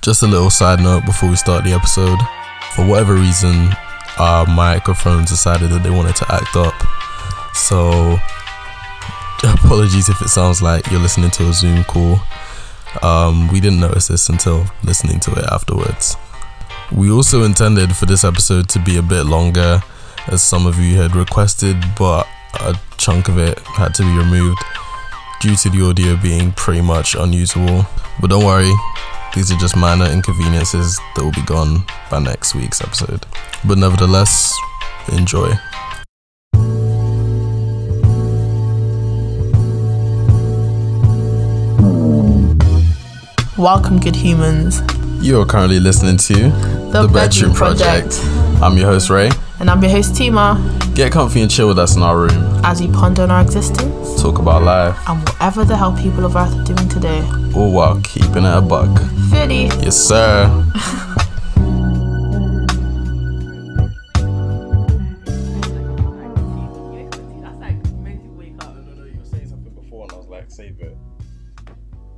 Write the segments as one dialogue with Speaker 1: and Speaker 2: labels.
Speaker 1: Just a little side note before we start the episode. For whatever reason, our microphones decided that they wanted to act up. So, apologies if it sounds like you're listening to a Zoom call. Um, we didn't notice this until listening to it afterwards. We also intended for this episode to be a bit longer, as some of you had requested, but a chunk of it had to be removed due to the audio being pretty much unusable. But don't worry, these are just minor inconveniences that will be gone by next week's episode. But nevertheless, enjoy.
Speaker 2: Welcome, good humans.
Speaker 1: You are currently listening to
Speaker 2: The, Bedroom, Project.
Speaker 1: I'm your host, Ray.
Speaker 2: And I'm your host, Tima,
Speaker 1: Get comfy and chill with us in our room.
Speaker 2: as we ponder on our existence
Speaker 1: Talk about life,
Speaker 2: and whatever the hell people of Earth are doing today.
Speaker 1: all while keeping it a buck.
Speaker 2: Philly.
Speaker 1: Yes, sir.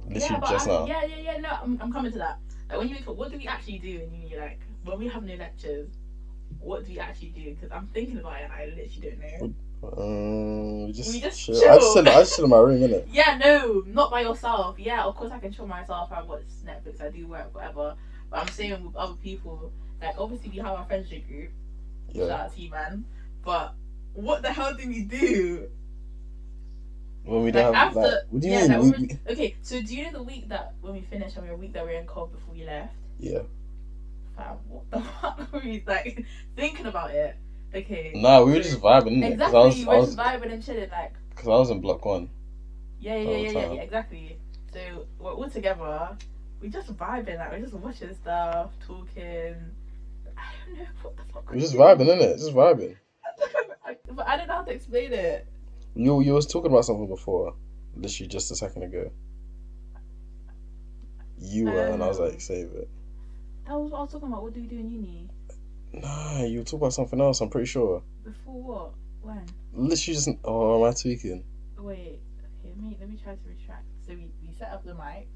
Speaker 3: Yeah, but I, yeah, yeah, yeah. No, I'm, I'm coming to that. Like when you wake up, what do we actually do in uni? Like when we have no lectures, what do we actually do? Because I'm thinking about it and I literally don't know.
Speaker 4: Um, we just,
Speaker 3: We just
Speaker 4: chill. I just
Speaker 3: chill.
Speaker 4: chill. I just chill in my room, innit?
Speaker 3: Yeah, no, not by yourself. Yeah, of course I can chill myself. I watch Netflix. I do work, whatever. But I'm saying with other people, like obviously we have our friendship group.
Speaker 4: Yeah.
Speaker 3: Shout out to you, man. But what the hell do we do?
Speaker 4: When we don't
Speaker 3: Like,
Speaker 4: have
Speaker 3: after-
Speaker 4: like, what do you
Speaker 3: yeah,
Speaker 4: mean?
Speaker 3: like,
Speaker 4: we,
Speaker 3: when
Speaker 4: we-
Speaker 3: Okay, so do you know the week that when we finished and we were a week that we were in Cobb before we left?
Speaker 4: yeah.
Speaker 3: Fam, what the fuck were we like thinking about it? Okay.
Speaker 4: Nah, we were just vibing, innit? Because
Speaker 3: Exactly,
Speaker 4: I
Speaker 3: we're
Speaker 4: was,
Speaker 3: just
Speaker 4: I was,
Speaker 3: vibing and chilling, like
Speaker 4: because I was in block one.
Speaker 3: yeah,
Speaker 4: The
Speaker 3: yeah, yeah,
Speaker 4: whole
Speaker 3: yeah,
Speaker 4: time.
Speaker 3: yeah, exactly. So we're all together, we just vibing, like we're just watching stuff, talking. I don't know what the fuck.
Speaker 4: We were just
Speaker 3: doing.
Speaker 4: vibing, innit? Just vibing.
Speaker 3: I- but I don't know how to explain it.
Speaker 4: You, you was talking about something before, literally just a second ago. You were, and I was
Speaker 3: Um.
Speaker 4: like, save it.
Speaker 3: That was what I was talking about. What do we do in uni?
Speaker 4: Nah, you were talking about something else. I'm pretty sure.
Speaker 3: Before what? When?
Speaker 4: Literally just. Oh, am I tweaking?
Speaker 3: Wait. Okay, let me let me try to retract. So we, we set up the mic.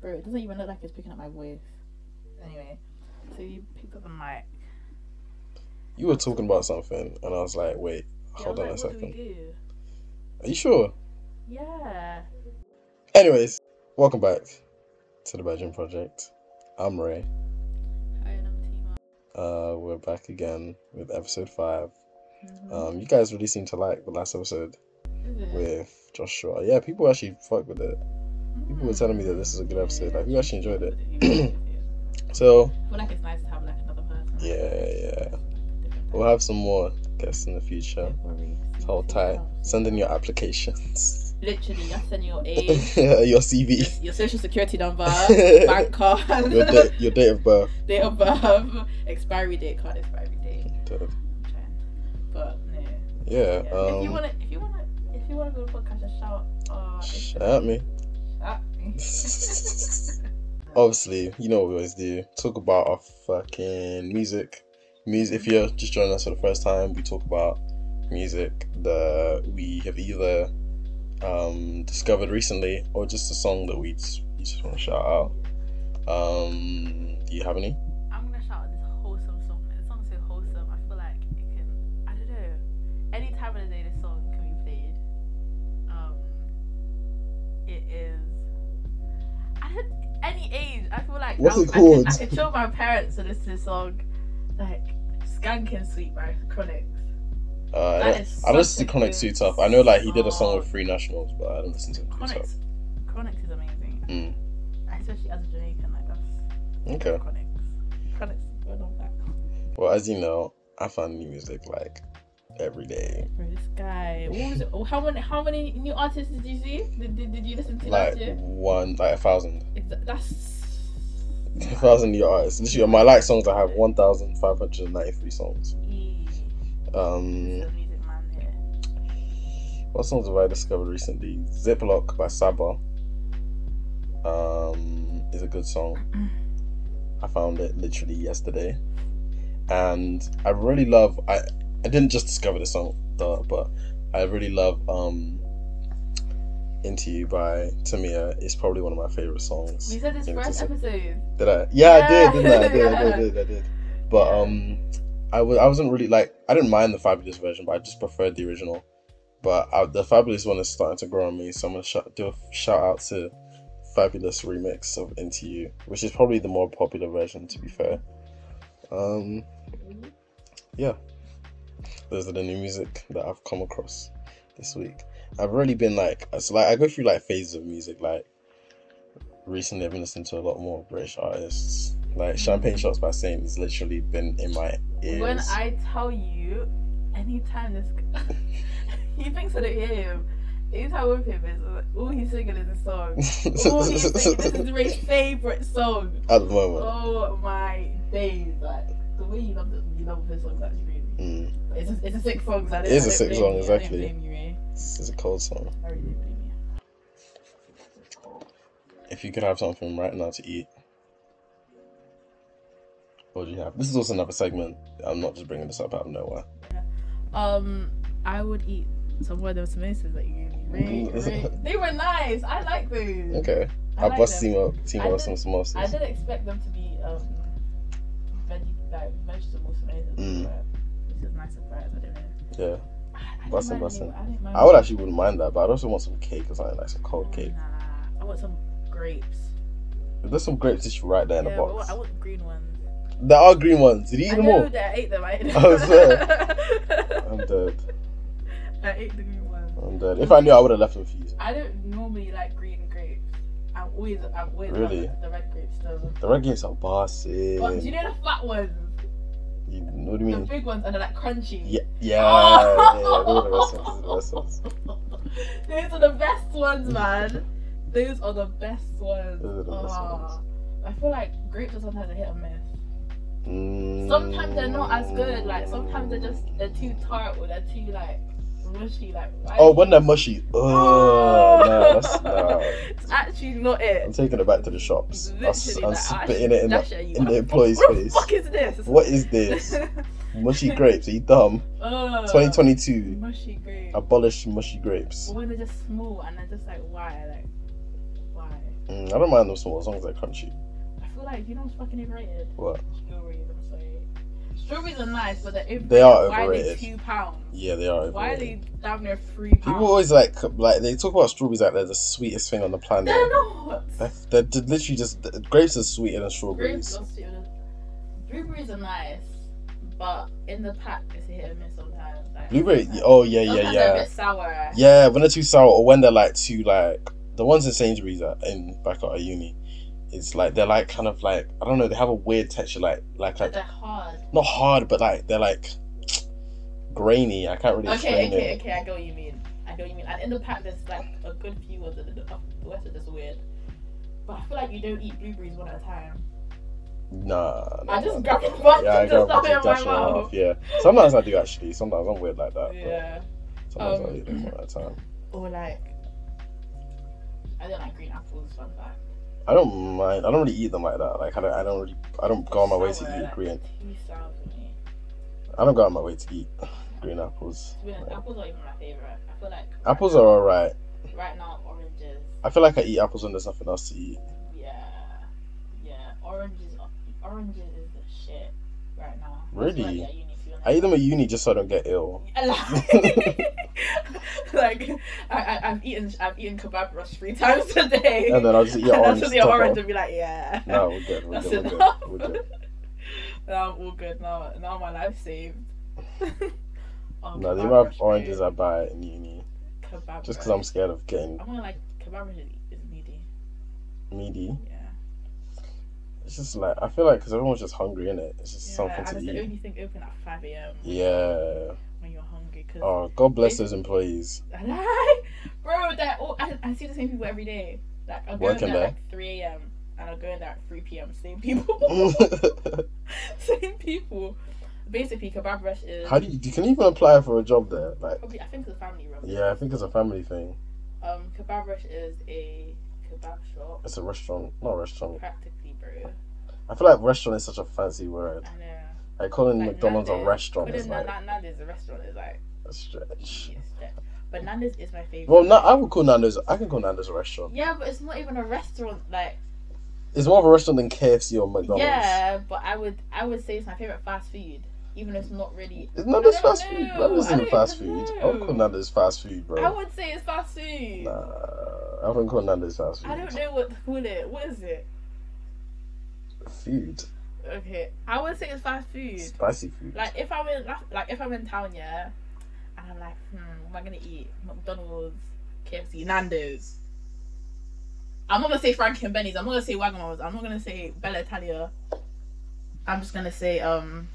Speaker 3: Bro, it doesn't even look like it's picking up my voice. Anyway, so we picked up the mic.
Speaker 4: You were talking about something, and I was like, wait,
Speaker 3: Yeah, I
Speaker 4: hold
Speaker 3: was
Speaker 4: on
Speaker 3: like,
Speaker 4: a
Speaker 3: what do we
Speaker 4: second.
Speaker 3: do?
Speaker 4: Are you sure?
Speaker 3: Yeah.
Speaker 4: Anyways, welcome back to the Bedroom Project. I'm Ray. Uh, we're back again with episode five.
Speaker 3: Mm-hmm.
Speaker 4: Um, you guys really seem to like the last episode with Joshua. Yeah, people actually fuck with it.
Speaker 3: Mm-hmm.
Speaker 4: People were telling me that this is a good episode. Like, we actually enjoyed it.
Speaker 3: it.
Speaker 4: So
Speaker 3: I feel like it's nice to have like another person.
Speaker 4: yeah, yeah, we'll have some more guests in the future. Hold tight. Send in your applications.
Speaker 3: Literally, just send your age,
Speaker 4: your CV.
Speaker 3: your social security number, bank card,
Speaker 4: Your date, your date of birth.
Speaker 3: date of birth, expiry date, card expiry date. I'm trying. But no.
Speaker 4: Yeah.
Speaker 3: Yeah. if you
Speaker 4: Um,
Speaker 3: wanna, if you wanna, if you wanna go to podcast, just shout. Uh, it's-
Speaker 4: shout at me.
Speaker 3: shout eh. me.
Speaker 4: Obviously, you know what we always do. Talk about our fucking music. Music. If you're just joining us for the first time, we talk about music that we have either um, discovered recently or just a song that we just, we just want to shout out. Um, do you have any?
Speaker 3: I'm gonna shout out this wholesome song. This song's so wholesome. I feel like it can. I don't know. Any time of the day, this song can be played. Um, it is. I don't. Any age, I feel like.
Speaker 4: What's
Speaker 3: I,
Speaker 4: it
Speaker 3: I can- I
Speaker 4: called?
Speaker 3: can, show my parents to listen to this song, like "Skank and Sweet" by Chronics.
Speaker 4: Uh, I
Speaker 3: That
Speaker 4: don't-
Speaker 3: is
Speaker 4: I don't
Speaker 3: such
Speaker 4: listen
Speaker 3: a
Speaker 4: to Chronic
Speaker 3: good
Speaker 4: Suits Up. I know like he did a song
Speaker 3: song.
Speaker 4: with Free Nationals, but I don't listen to Chronic
Speaker 3: Chronics. Chronics is amazing,
Speaker 4: Mm.
Speaker 3: especially as a Jamaican. Like that's
Speaker 4: Okay.
Speaker 3: Chronics. Chronics. We're not back.
Speaker 4: Well, as you know, I find new music like every day.
Speaker 3: Bro, this guy. What was it? oh, How many? How many new artists did you see? Did, did, did you listen to
Speaker 4: Like
Speaker 3: last year?
Speaker 4: one, like a thousand.
Speaker 3: Is that- That's.
Speaker 4: A thousand new artists. Literally, on my like songs, I have one thousand five hundred ninety-three songs.
Speaker 3: Eee,
Speaker 4: Um,
Speaker 3: the music man here.
Speaker 4: what songs have I discovered recently? Ziploc by Saba. Um, is a good song. I found it literally yesterday, and I really love. I I didn't just discover this song, duh, but I really love um Into You by Tamia is probably one of my favorite songs.
Speaker 3: We said this
Speaker 4: Yeah,
Speaker 3: first
Speaker 4: it's a-
Speaker 3: episode.
Speaker 4: Did I? Yeah, I did,
Speaker 3: Yeah.
Speaker 4: didn't I? I did, I did, I did, I did. But um, I was I wasn't really like I didn't mind the fabulous version, but I just preferred the original. But I, the fabulous one is starting to grow on me, so I'm gonna shout, do a shout out to fabulous remix of Into You, which is probably the more popular version, to be fair. Um, yeah, those are the new music that I've come across this week. I've really been like, it's like I go through like phases of music, like recently I've been listening to a lot more British artists. Like Champagne Shots by Saint has literally been in my ears.
Speaker 3: When I tell you, anytime this, he thinks I don't hear him. Anytime with him is like, all he's singing is a song. All he's singing, this is Ray's favorite song.
Speaker 4: At the moment.
Speaker 3: Oh my days! Like the way he loves it, he loves this song. That's crazy.
Speaker 4: Mm,
Speaker 3: But It's a, it's a sick song. So I don't,
Speaker 4: It is a
Speaker 3: I don't
Speaker 4: sick
Speaker 3: blame
Speaker 4: song,
Speaker 3: you.
Speaker 4: exactly.
Speaker 3: I don't blame you, Ray.
Speaker 4: this is a cold song.
Speaker 3: I really don't blame you.
Speaker 4: If you could have something right now to eat, what do you have? This is also another segment. I'm not just bringing this up out of nowhere.
Speaker 3: Um, I would eat some of those samosas that you gave me. Ray, Ray. They were nice. I like those.
Speaker 4: Mm. Okay.
Speaker 3: Mm. I
Speaker 4: I
Speaker 3: like
Speaker 4: bust
Speaker 3: them.
Speaker 4: Timo Timo
Speaker 3: I
Speaker 4: with some samosas.
Speaker 3: I didn't expect them to be um veggie like vegetable tomatoes.
Speaker 4: Mm.
Speaker 3: But this is my surprise. I don't know.
Speaker 4: Yeah.
Speaker 3: I, I
Speaker 4: Bless
Speaker 3: don't
Speaker 4: them, bless
Speaker 3: mind
Speaker 4: them.
Speaker 3: any- I don't mind
Speaker 4: I would actually wouldn't mind that, but I'd also want some cake or something like some cold cake.
Speaker 3: Nah, I want some grapes.
Speaker 4: If There's some grapes just right there in the
Speaker 3: yeah, but I
Speaker 4: box.
Speaker 3: want, I want green ones.
Speaker 4: There are green ones. Did you eat
Speaker 3: I
Speaker 4: them
Speaker 3: know
Speaker 4: all?
Speaker 3: that I ate them. I ate them.
Speaker 4: Oh,
Speaker 3: I
Speaker 4: I'm dead.
Speaker 3: ate the green ones.
Speaker 4: I'm dead. If I knew, I would have left them for you.
Speaker 3: I don't normally like green grapes. I'm always I'm always about
Speaker 4: Really?
Speaker 3: the red grapes though.
Speaker 4: The red grapes are bossy.
Speaker 3: But do you know the fat ones,
Speaker 4: You know what I
Speaker 3: the
Speaker 4: mean?
Speaker 3: big ones, and they're like crunchy.
Speaker 4: Yeah, yeah, yeah, yeah. Those are the best ones. Those are the best ones.
Speaker 3: Those are the best ones, man. Those are the best ones.
Speaker 4: Those are the best
Speaker 3: Ah, I feel like grapes are sometimes a hit or miss.
Speaker 4: Mm.
Speaker 3: Sometimes they're not as good. Like sometimes they're just they're too tart or they're too like mushy. Like why-
Speaker 4: Oh, when they're mushy. Oh, no, that's nah.
Speaker 3: it's actually not
Speaker 4: I'm
Speaker 3: it.
Speaker 4: taking it back to the shops. I'm, s-
Speaker 3: Literally,
Speaker 4: I'm
Speaker 3: like, I
Speaker 4: spitting it in
Speaker 3: dash
Speaker 4: the,
Speaker 3: at you.
Speaker 4: in the employee's
Speaker 3: what the
Speaker 4: face.
Speaker 3: fuck is this?
Speaker 4: What is this? mushy grapes? Are you dumb?
Speaker 3: Ugh.
Speaker 4: 2022.
Speaker 3: Oh, Mushy grapes.
Speaker 4: Abolish mushy grapes.
Speaker 3: When they're just small and they're just like why like why?
Speaker 4: Mm, I don't mind them small as long as they're crunchy.
Speaker 3: I feel like you know what's fucking overrated.
Speaker 4: What?
Speaker 3: Strawberries, I'm sorry. Strawberries are nice, but they're overrated.
Speaker 4: They are
Speaker 3: Why are they
Speaker 4: overrated.
Speaker 3: two pounds?
Speaker 4: Yeah, they are.
Speaker 3: Why are
Speaker 4: overrated.
Speaker 3: they damn near three pounds?
Speaker 4: People always like like they talk about strawberries like they're the sweetest thing on the planet.
Speaker 3: They're not.
Speaker 4: They're, they're d- literally just th- grapes are sweeter than
Speaker 3: Grapes
Speaker 4: strawberries.
Speaker 3: are sweet. Blueberries are nice, but in the pack it's a hit and miss sometimes. Like,
Speaker 4: Blueberry.
Speaker 3: sometimes-
Speaker 4: Oh yeah, yeah,
Speaker 3: sometimes They're a
Speaker 4: yeah,
Speaker 3: bit sour.
Speaker 4: yeah. When they're too sour, or when they're like too like the ones in Sainsbury's at, in back at our uni, it's like they're like kind of like I don't know. They have a weird texture, like like
Speaker 3: But
Speaker 4: like
Speaker 3: they're hard.
Speaker 4: not hard, but like they're like grainy. I can't really
Speaker 3: Okay,
Speaker 4: explain
Speaker 3: okay,
Speaker 4: it.
Speaker 3: okay. I get what you mean. I get what you mean. And in the pack, there's like a good few of the, the, the rest are just weird. But I feel like you don't eat blueberries one at a time.
Speaker 4: Nah. nah,
Speaker 3: I just
Speaker 4: nah.
Speaker 3: grab a bunch
Speaker 4: yeah, I
Speaker 3: and just
Speaker 4: grab
Speaker 3: stuff
Speaker 4: it,
Speaker 3: it in
Speaker 4: dash
Speaker 3: my
Speaker 4: it off.
Speaker 3: mouth.
Speaker 4: Yeah, sometimes I do actually. Sometimes I'm weird like that. but
Speaker 3: Yeah.
Speaker 4: Sometimes I
Speaker 3: Um,
Speaker 4: eat them all the time.
Speaker 3: Or like, I don't like green apples. Fun fact.
Speaker 4: I don't mind. I don't really eat them like that. Like I don't. I don't really. I don't go on my way
Speaker 3: Sour,
Speaker 4: to eat
Speaker 3: like,
Speaker 4: green.
Speaker 3: Too sour for me.
Speaker 4: I don't go on my way to eat green apples.
Speaker 3: To be honest, apples are even my favorite. I feel like
Speaker 4: Apples are alright.
Speaker 3: right now oranges.
Speaker 4: I feel like I eat apples when there's nothing else to eat.
Speaker 3: Yeah, yeah. Oranges, oranges is the shit right now.
Speaker 4: Really? I eat them at uni just so I don't get ill.
Speaker 3: like I, I, I've eaten I've eaten kebab rush three times a day.
Speaker 4: And then I'll just eat your
Speaker 3: And I'll
Speaker 4: orange.
Speaker 3: just
Speaker 4: to
Speaker 3: eat an
Speaker 4: top
Speaker 3: orange
Speaker 4: off.
Speaker 3: and be like, yeah.
Speaker 4: No, we're good. We're
Speaker 3: That's
Speaker 4: good. We're good.
Speaker 3: enough.
Speaker 4: We're good.
Speaker 3: Now I'm all good. Now now my life's saved. oh,
Speaker 4: No,
Speaker 3: kebab
Speaker 4: the amount
Speaker 3: rush,
Speaker 4: of
Speaker 3: bro.
Speaker 4: oranges I buy in uni,
Speaker 3: Kebab
Speaker 4: just because
Speaker 3: rush.
Speaker 4: I'm scared of getting
Speaker 3: I'm gonna like kebab rush is- is meaty.
Speaker 4: meaty.
Speaker 3: Yeah.
Speaker 4: It's just like I feel like because everyone's just hungry in it. It's just
Speaker 3: yeah
Speaker 4: something
Speaker 3: and
Speaker 4: to
Speaker 3: it's the
Speaker 4: eat.
Speaker 3: only thing open at 5 a.m.
Speaker 4: Yeah.
Speaker 3: when you're hungry. Cause
Speaker 4: Oh, God bless those employees.
Speaker 3: bro, that all, I, I see the same people every day. Like I'll go
Speaker 4: Working
Speaker 3: in there
Speaker 4: there.
Speaker 3: at like 3 a.m. and I'll go in there at 3 p.m. Same people. same people. Basically, kebab rush is
Speaker 4: How do you, you can even apply for a job there? Like,
Speaker 3: probably I think it's a family room.
Speaker 4: yeah, I think it's a family thing.
Speaker 3: Um, kebab rush is a kebab shop,
Speaker 4: It's a restaurant, not a restaurant.
Speaker 3: practically, bro.
Speaker 4: I feel like restaurant is such a fancy word.
Speaker 3: I know.
Speaker 4: Like calling
Speaker 3: Like
Speaker 4: McDonald's a
Speaker 3: Nando's-
Speaker 4: restaurant
Speaker 3: But
Speaker 4: is
Speaker 3: then
Speaker 4: like
Speaker 3: Nando's is a restaurant. It's like
Speaker 4: a stretch.
Speaker 3: yes, that- But Nando's is my favorite.
Speaker 4: Well, no, I would call Nando's. I can call Nando's a restaurant.
Speaker 3: yeah, but it's not even a restaurant. Like,
Speaker 4: It's more of a restaurant than KFC or McDonald's.
Speaker 3: yeah, but I would I would say it's my favorite fast food, even if it's not really.
Speaker 4: It's Nando's
Speaker 3: I don't
Speaker 4: fast food.
Speaker 3: know.
Speaker 4: Nando's
Speaker 3: I
Speaker 4: isn't
Speaker 3: don't
Speaker 4: fast food. I would call
Speaker 3: know.
Speaker 4: Nando's fast food, bro.
Speaker 3: I would say it's fast food.
Speaker 4: Nah, I wouldn't call Nando's fast food.
Speaker 3: I don't know what to call it. What is it?
Speaker 4: Food,
Speaker 3: Okay, I would say it's fast food.
Speaker 4: spicy food.
Speaker 3: Like if I'm in like if I'm in town, yeah, and I'm like, hmm, what am I gonna eat? McDonald's, KFC, Nando's. I'm not gonna say Frank and Benny's. I'm not gonna say Wagamama's. I'm not gonna say Bella Italia. I'm just gonna say um.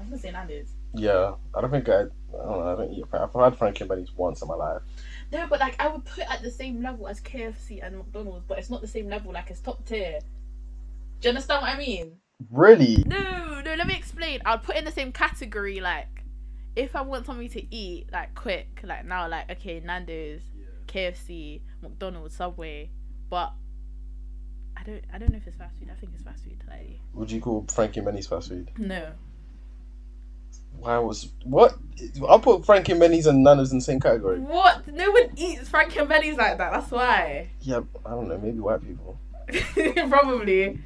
Speaker 3: I'm gonna say Nando's.
Speaker 4: yeah, I don't think I. I don't know. I don't eat. I've had Frankie Benny's once in my life.
Speaker 3: No, but like I would put it at the same level as KFC and McDonald's, but it's not the same level. Like it's top tier. Do you understand what I mean?
Speaker 4: Really?
Speaker 3: No, no, let me explain. I'll put in the same category, like if I want something to eat, like quick, like now, like okay, Nando's, KFC, McDonald's, Subway, but I don't, I don't know if it's fast food. I think it's fast food. Like
Speaker 4: Would you call Frankie Benny's fast food?
Speaker 3: no,
Speaker 4: Why was what? I'll put Frankie Benny's and Nando's in the same category.
Speaker 3: what? No one eats Frankenberries like that. That's why,
Speaker 4: Yeah, I don't know. Maybe white people.
Speaker 3: probably.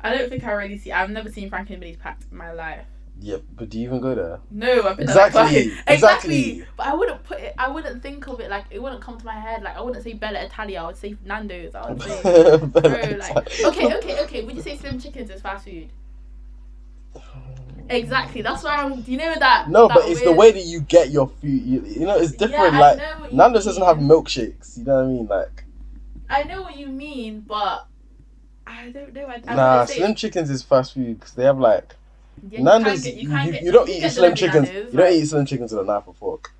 Speaker 3: I don't think I really see. I've never seen Frankenberries packed in my life.
Speaker 4: Yeah, but do you even go there?
Speaker 3: No, I've been
Speaker 4: Exactly,
Speaker 3: exactly.
Speaker 4: exactly.
Speaker 3: exactly. But I wouldn't put it. I wouldn't think of it like it wouldn't come to my head. Like I wouldn't say Bella Italia. I would say Nando's. I would say.
Speaker 4: But
Speaker 3: Bro,
Speaker 4: it's
Speaker 3: like, okay, okay, okay. Would you say Slim Chickens is fast food? Exactly. That's why I'm. You know that.
Speaker 4: No,
Speaker 3: that
Speaker 4: but it's the
Speaker 3: weird-
Speaker 4: way that you get your food. You, you know, it's
Speaker 3: Yeah,
Speaker 4: different.
Speaker 3: I
Speaker 4: like
Speaker 3: know what you
Speaker 4: Nando's doesn't have
Speaker 3: mean.
Speaker 4: milkshakes. You know what I mean? Like,
Speaker 3: I know what you mean, but I don't know. I, I
Speaker 4: nah,
Speaker 3: wouldn't say,
Speaker 4: Slim Chickens is fast food because they have like
Speaker 3: Yeah, you can
Speaker 4: Nando's.
Speaker 3: get-
Speaker 4: You,
Speaker 3: can
Speaker 4: you,
Speaker 3: get-
Speaker 4: you don't
Speaker 3: can
Speaker 4: eat
Speaker 3: get
Speaker 4: Slim
Speaker 3: delivery
Speaker 4: Chickens.
Speaker 3: Nando's,
Speaker 4: you don't
Speaker 3: like,
Speaker 4: eat Slim Chickens with a knife or fork.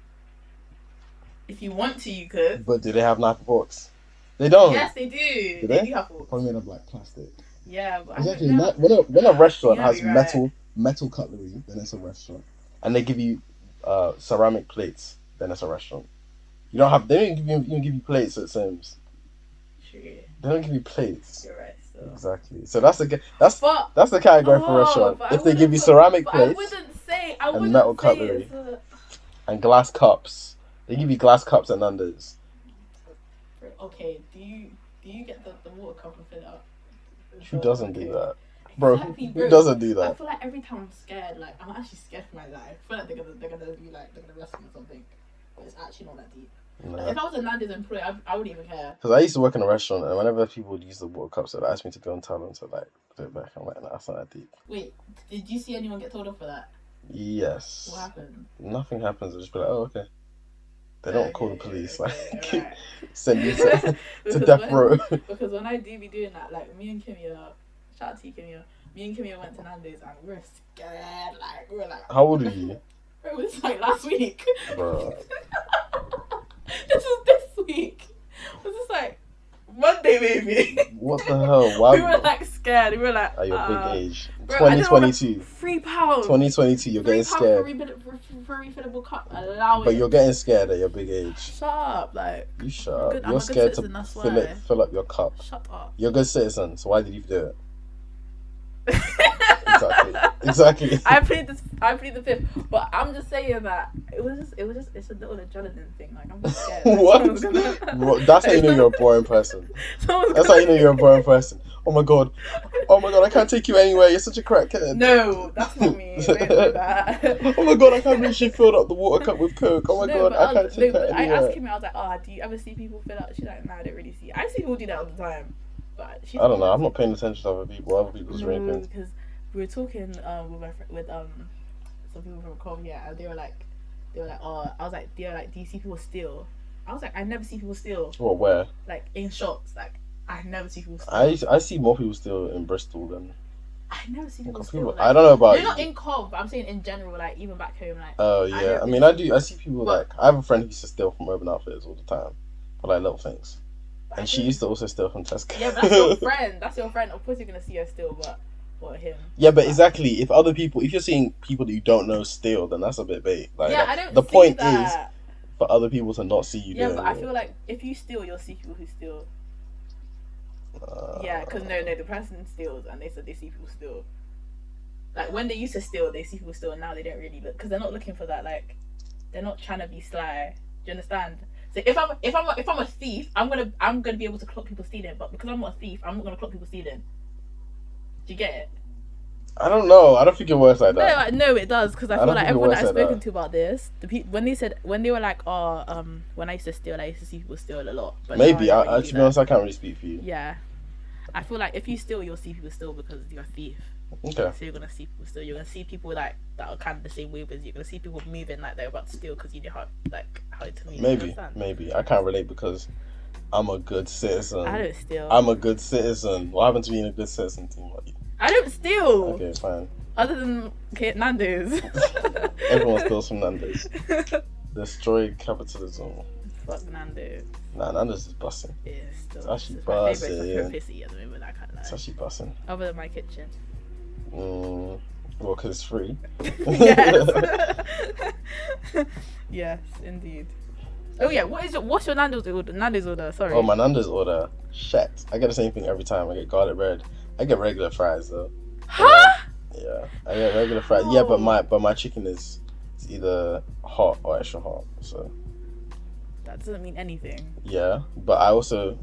Speaker 3: If you want to, you could.
Speaker 4: But do they have knife or forks? They don't.
Speaker 3: Yes, they do. They,
Speaker 4: Oh. they?
Speaker 3: do have forks.
Speaker 5: Probably made of like plastic.
Speaker 3: Yeah, but I don't
Speaker 5: Exactly.
Speaker 3: know.
Speaker 5: Na- when, a, when
Speaker 4: When a restaurant
Speaker 3: Yeah,
Speaker 4: has
Speaker 3: you're right.
Speaker 4: metal
Speaker 5: metal cutlery, then it's a restaurant.
Speaker 4: and they give you uh, ceramic plates, then it's a restaurant. You don't have. They don't give you even give you plates at Sims.
Speaker 3: True.
Speaker 4: They don't give you plates.
Speaker 3: You're right. So.
Speaker 4: Exactly. So that's the ca- that's
Speaker 3: But
Speaker 4: that's the category for
Speaker 3: Oh,
Speaker 4: restaurant.
Speaker 3: but I
Speaker 4: If they give you
Speaker 3: wouldn't put-
Speaker 4: ceramic
Speaker 3: But I
Speaker 4: plates.
Speaker 3: wouldn't say I
Speaker 4: and
Speaker 3: wouldn't
Speaker 4: metal
Speaker 3: say
Speaker 4: cutlery.
Speaker 3: it's a-
Speaker 4: and glass cups. They give you glass cups and Nando's.
Speaker 3: Okay, do you do you get the, the water cup and fill it up?
Speaker 4: Who doesn't do that, bro?
Speaker 3: Exactly,
Speaker 4: Who doesn't do
Speaker 3: I
Speaker 4: that?
Speaker 3: feel like every time I'm scared, like I'm actually scared for my life. I feel like they're gonna they're gonna be like they're gonna rescue me or something. But it's actually not that deep. Like,
Speaker 4: Because
Speaker 3: if I was a Nando's employee, I, I wouldn't even care.
Speaker 4: I used to work in a restaurant, and whenever people would use the water cups, they'd ask me to go and tell them to like do it back. I'm like, nah, that's not that deep.
Speaker 3: Wait, did you see anyone get told off for that?
Speaker 4: Yes.
Speaker 3: What happened?
Speaker 4: Nothing happens. They just be like, oh okay. They don't call the
Speaker 3: Okay,
Speaker 4: police.
Speaker 3: okay,
Speaker 4: Like,
Speaker 3: alright.
Speaker 4: send you to, to
Speaker 3: Because
Speaker 4: death
Speaker 3: when-
Speaker 4: row.
Speaker 3: Because when I do be doing that, like me and Kimia, shout out to you, Kimia. Me and Kimia went to Nando's and we were scared. Like we were like,
Speaker 4: How old Oh, are you,
Speaker 3: it was like last week.
Speaker 4: bro?
Speaker 3: this is this week. It was just like Monday, maybe.
Speaker 4: What the hell?
Speaker 3: we were
Speaker 4: Why
Speaker 3: like scared. We were like,
Speaker 4: are you
Speaker 3: uh,
Speaker 4: a big age?
Speaker 3: bro, I don't wanna-
Speaker 4: 2022.
Speaker 3: Three pounds.
Speaker 4: 2022. You're
Speaker 3: three
Speaker 4: getting
Speaker 3: pounds for,
Speaker 4: scared,
Speaker 3: refill- for, for refillable cup. Allow
Speaker 4: but
Speaker 3: it.
Speaker 4: you're getting scared at your big age.
Speaker 3: Shut up, like
Speaker 4: You shut up.
Speaker 3: good- I'm a
Speaker 4: You're
Speaker 3: good
Speaker 4: scared
Speaker 3: citizen,
Speaker 4: to
Speaker 3: that's
Speaker 4: fill,
Speaker 3: why.
Speaker 4: it, fill up your cup.
Speaker 3: shut up.
Speaker 4: You're a good citizen, so why did you do it? Exactly. exactly.
Speaker 3: I played this. I played the fifth, but I'm just saying that it was just. It was just. It's a little adrenaline thing. Like I'm just scared. Like,
Speaker 4: What?
Speaker 3: someone's gonna-
Speaker 4: Well, That's how you know you're a boring person.
Speaker 3: someone's
Speaker 4: That's how
Speaker 3: gonna-
Speaker 4: you know you're a boring person. Oh my god. Oh my god, I can't take you anywhere. You're such a crackhead.
Speaker 3: No, that's not me. Don't do that.
Speaker 4: oh my god, I can't believe she filled up the water cup with coke. Oh my
Speaker 3: no,
Speaker 4: god,
Speaker 3: but
Speaker 4: I can't
Speaker 3: no,
Speaker 4: take her
Speaker 3: but I asked
Speaker 4: anywhere.
Speaker 3: him. I was like, "Oh, do you ever see people fill out?" She's like, "No, I don't really see." I see people do that all the time, but she's
Speaker 4: I don't know. I'm not paying attention to other people. Other people's
Speaker 3: No,
Speaker 4: raping.
Speaker 3: because we were talking um, with my fr- with um some people from Com here, and they were like, they were like, "Oh," I was like, "They were like, do you see people steal?" I was like, "I never see people steal."
Speaker 4: Well, where?
Speaker 3: like in shops. Like I never see people.
Speaker 4: I, I see more people still in Bristol than
Speaker 3: I never see people.
Speaker 4: people.
Speaker 3: Still, like,
Speaker 4: I don't know about
Speaker 3: they're
Speaker 4: you.
Speaker 3: not in Cobb, but I'm saying in general, like even back home, like
Speaker 4: Oh
Speaker 3: I
Speaker 4: yeah, I,
Speaker 3: don't
Speaker 4: mean,
Speaker 3: think-
Speaker 4: I do. I see people
Speaker 3: Well-
Speaker 4: like I have a friend who used to steal from Urban Outfitters all the time for like little things,
Speaker 3: I
Speaker 4: and she
Speaker 3: think-
Speaker 4: used to also steal from Tesco.
Speaker 3: Yeah, but that's your friend. That's your friend. Of course, you're gonna see her still, but or him.
Speaker 4: Yeah, but exactly. If other people, if you're seeing people that you don't know steal, then that's a bit bait. Like,
Speaker 3: yeah,
Speaker 4: that-
Speaker 3: I don't.
Speaker 4: the
Speaker 3: see
Speaker 4: point is
Speaker 3: that.
Speaker 4: for other people to not see you
Speaker 3: Yeah,
Speaker 4: doing.
Speaker 3: but I
Speaker 4: it.
Speaker 3: feel like if you steal, you'll see people who steal.
Speaker 4: Uh,
Speaker 3: Yeah, because no, no, the person steals, and they said they see people steal. Like when they used to steal, they see people steal, and now they don't really look because they're not looking for that. Like they're not trying to be sly. Do Do you understand? So if I'm if I'm a, if I'm a thief, I'm gonna I'm gonna be able to clock people stealing. But because I'm not a thief, I'm not gonna clock people stealing. Do you get it?
Speaker 4: I don't know. I don't think it works like
Speaker 3: No,
Speaker 4: that.
Speaker 3: I- no, it does because I,
Speaker 4: I
Speaker 3: feel
Speaker 4: don't
Speaker 3: like
Speaker 4: think it
Speaker 3: everyone that
Speaker 4: works
Speaker 3: I've
Speaker 4: like
Speaker 3: spoken
Speaker 4: that.
Speaker 3: to about this, the pe- when they said when they were like, "Oh, um, when I used to steal, I used to see people steal a lot." But now
Speaker 4: Maybe.
Speaker 3: don't
Speaker 4: I,
Speaker 3: really
Speaker 4: I,
Speaker 3: do
Speaker 4: to be
Speaker 3: that.
Speaker 4: honest, I can't really speak for you.
Speaker 3: yeah, I feel like if you steal, you'll see people steal because you're a thief.
Speaker 4: Okay.
Speaker 3: So you're gonna see people steal. You're gonna see people like that are kind of the same wave as you. You're gonna see people moving like they're about to steal because you know how like how to move. you
Speaker 4: Maybe.
Speaker 3: understand?
Speaker 4: Maybe. I can't relate because I'm a good citizen.
Speaker 3: I don't steal. I'm,
Speaker 4: I'm a good citizen. What happened to being a good citizen, team?
Speaker 3: I do not steal.
Speaker 4: Okay, fine.
Speaker 3: Other than okay, Nando's.
Speaker 4: Everyone steals from Nando's.
Speaker 3: Fuck
Speaker 4: Destroy capitalism.
Speaker 3: Nando's.
Speaker 4: Nah, Nando's is busting.
Speaker 3: Yeah, still.
Speaker 4: It's actually
Speaker 3: it's my favorite
Speaker 4: buzzing.
Speaker 3: yeah. pussy at the moment. I can't lie.
Speaker 4: It's actually busting.
Speaker 3: Other than my kitchen.
Speaker 4: Mm, well, 'cause it's free.
Speaker 3: yes. yes, indeed. Oh yeah, what is your what's your Nando's order? Nando's order. Sorry.
Speaker 4: Oh, my Nando's order. Shit. I get the same thing every time. I get garlic bread. I get regular fries though.
Speaker 3: Huh?
Speaker 4: Yeah, I get regular fries. Yeah, but
Speaker 3: Oh.
Speaker 4: my but my chicken is it's either hot or extra hot. So
Speaker 3: That doesn't mean anything.
Speaker 4: yeah, but I also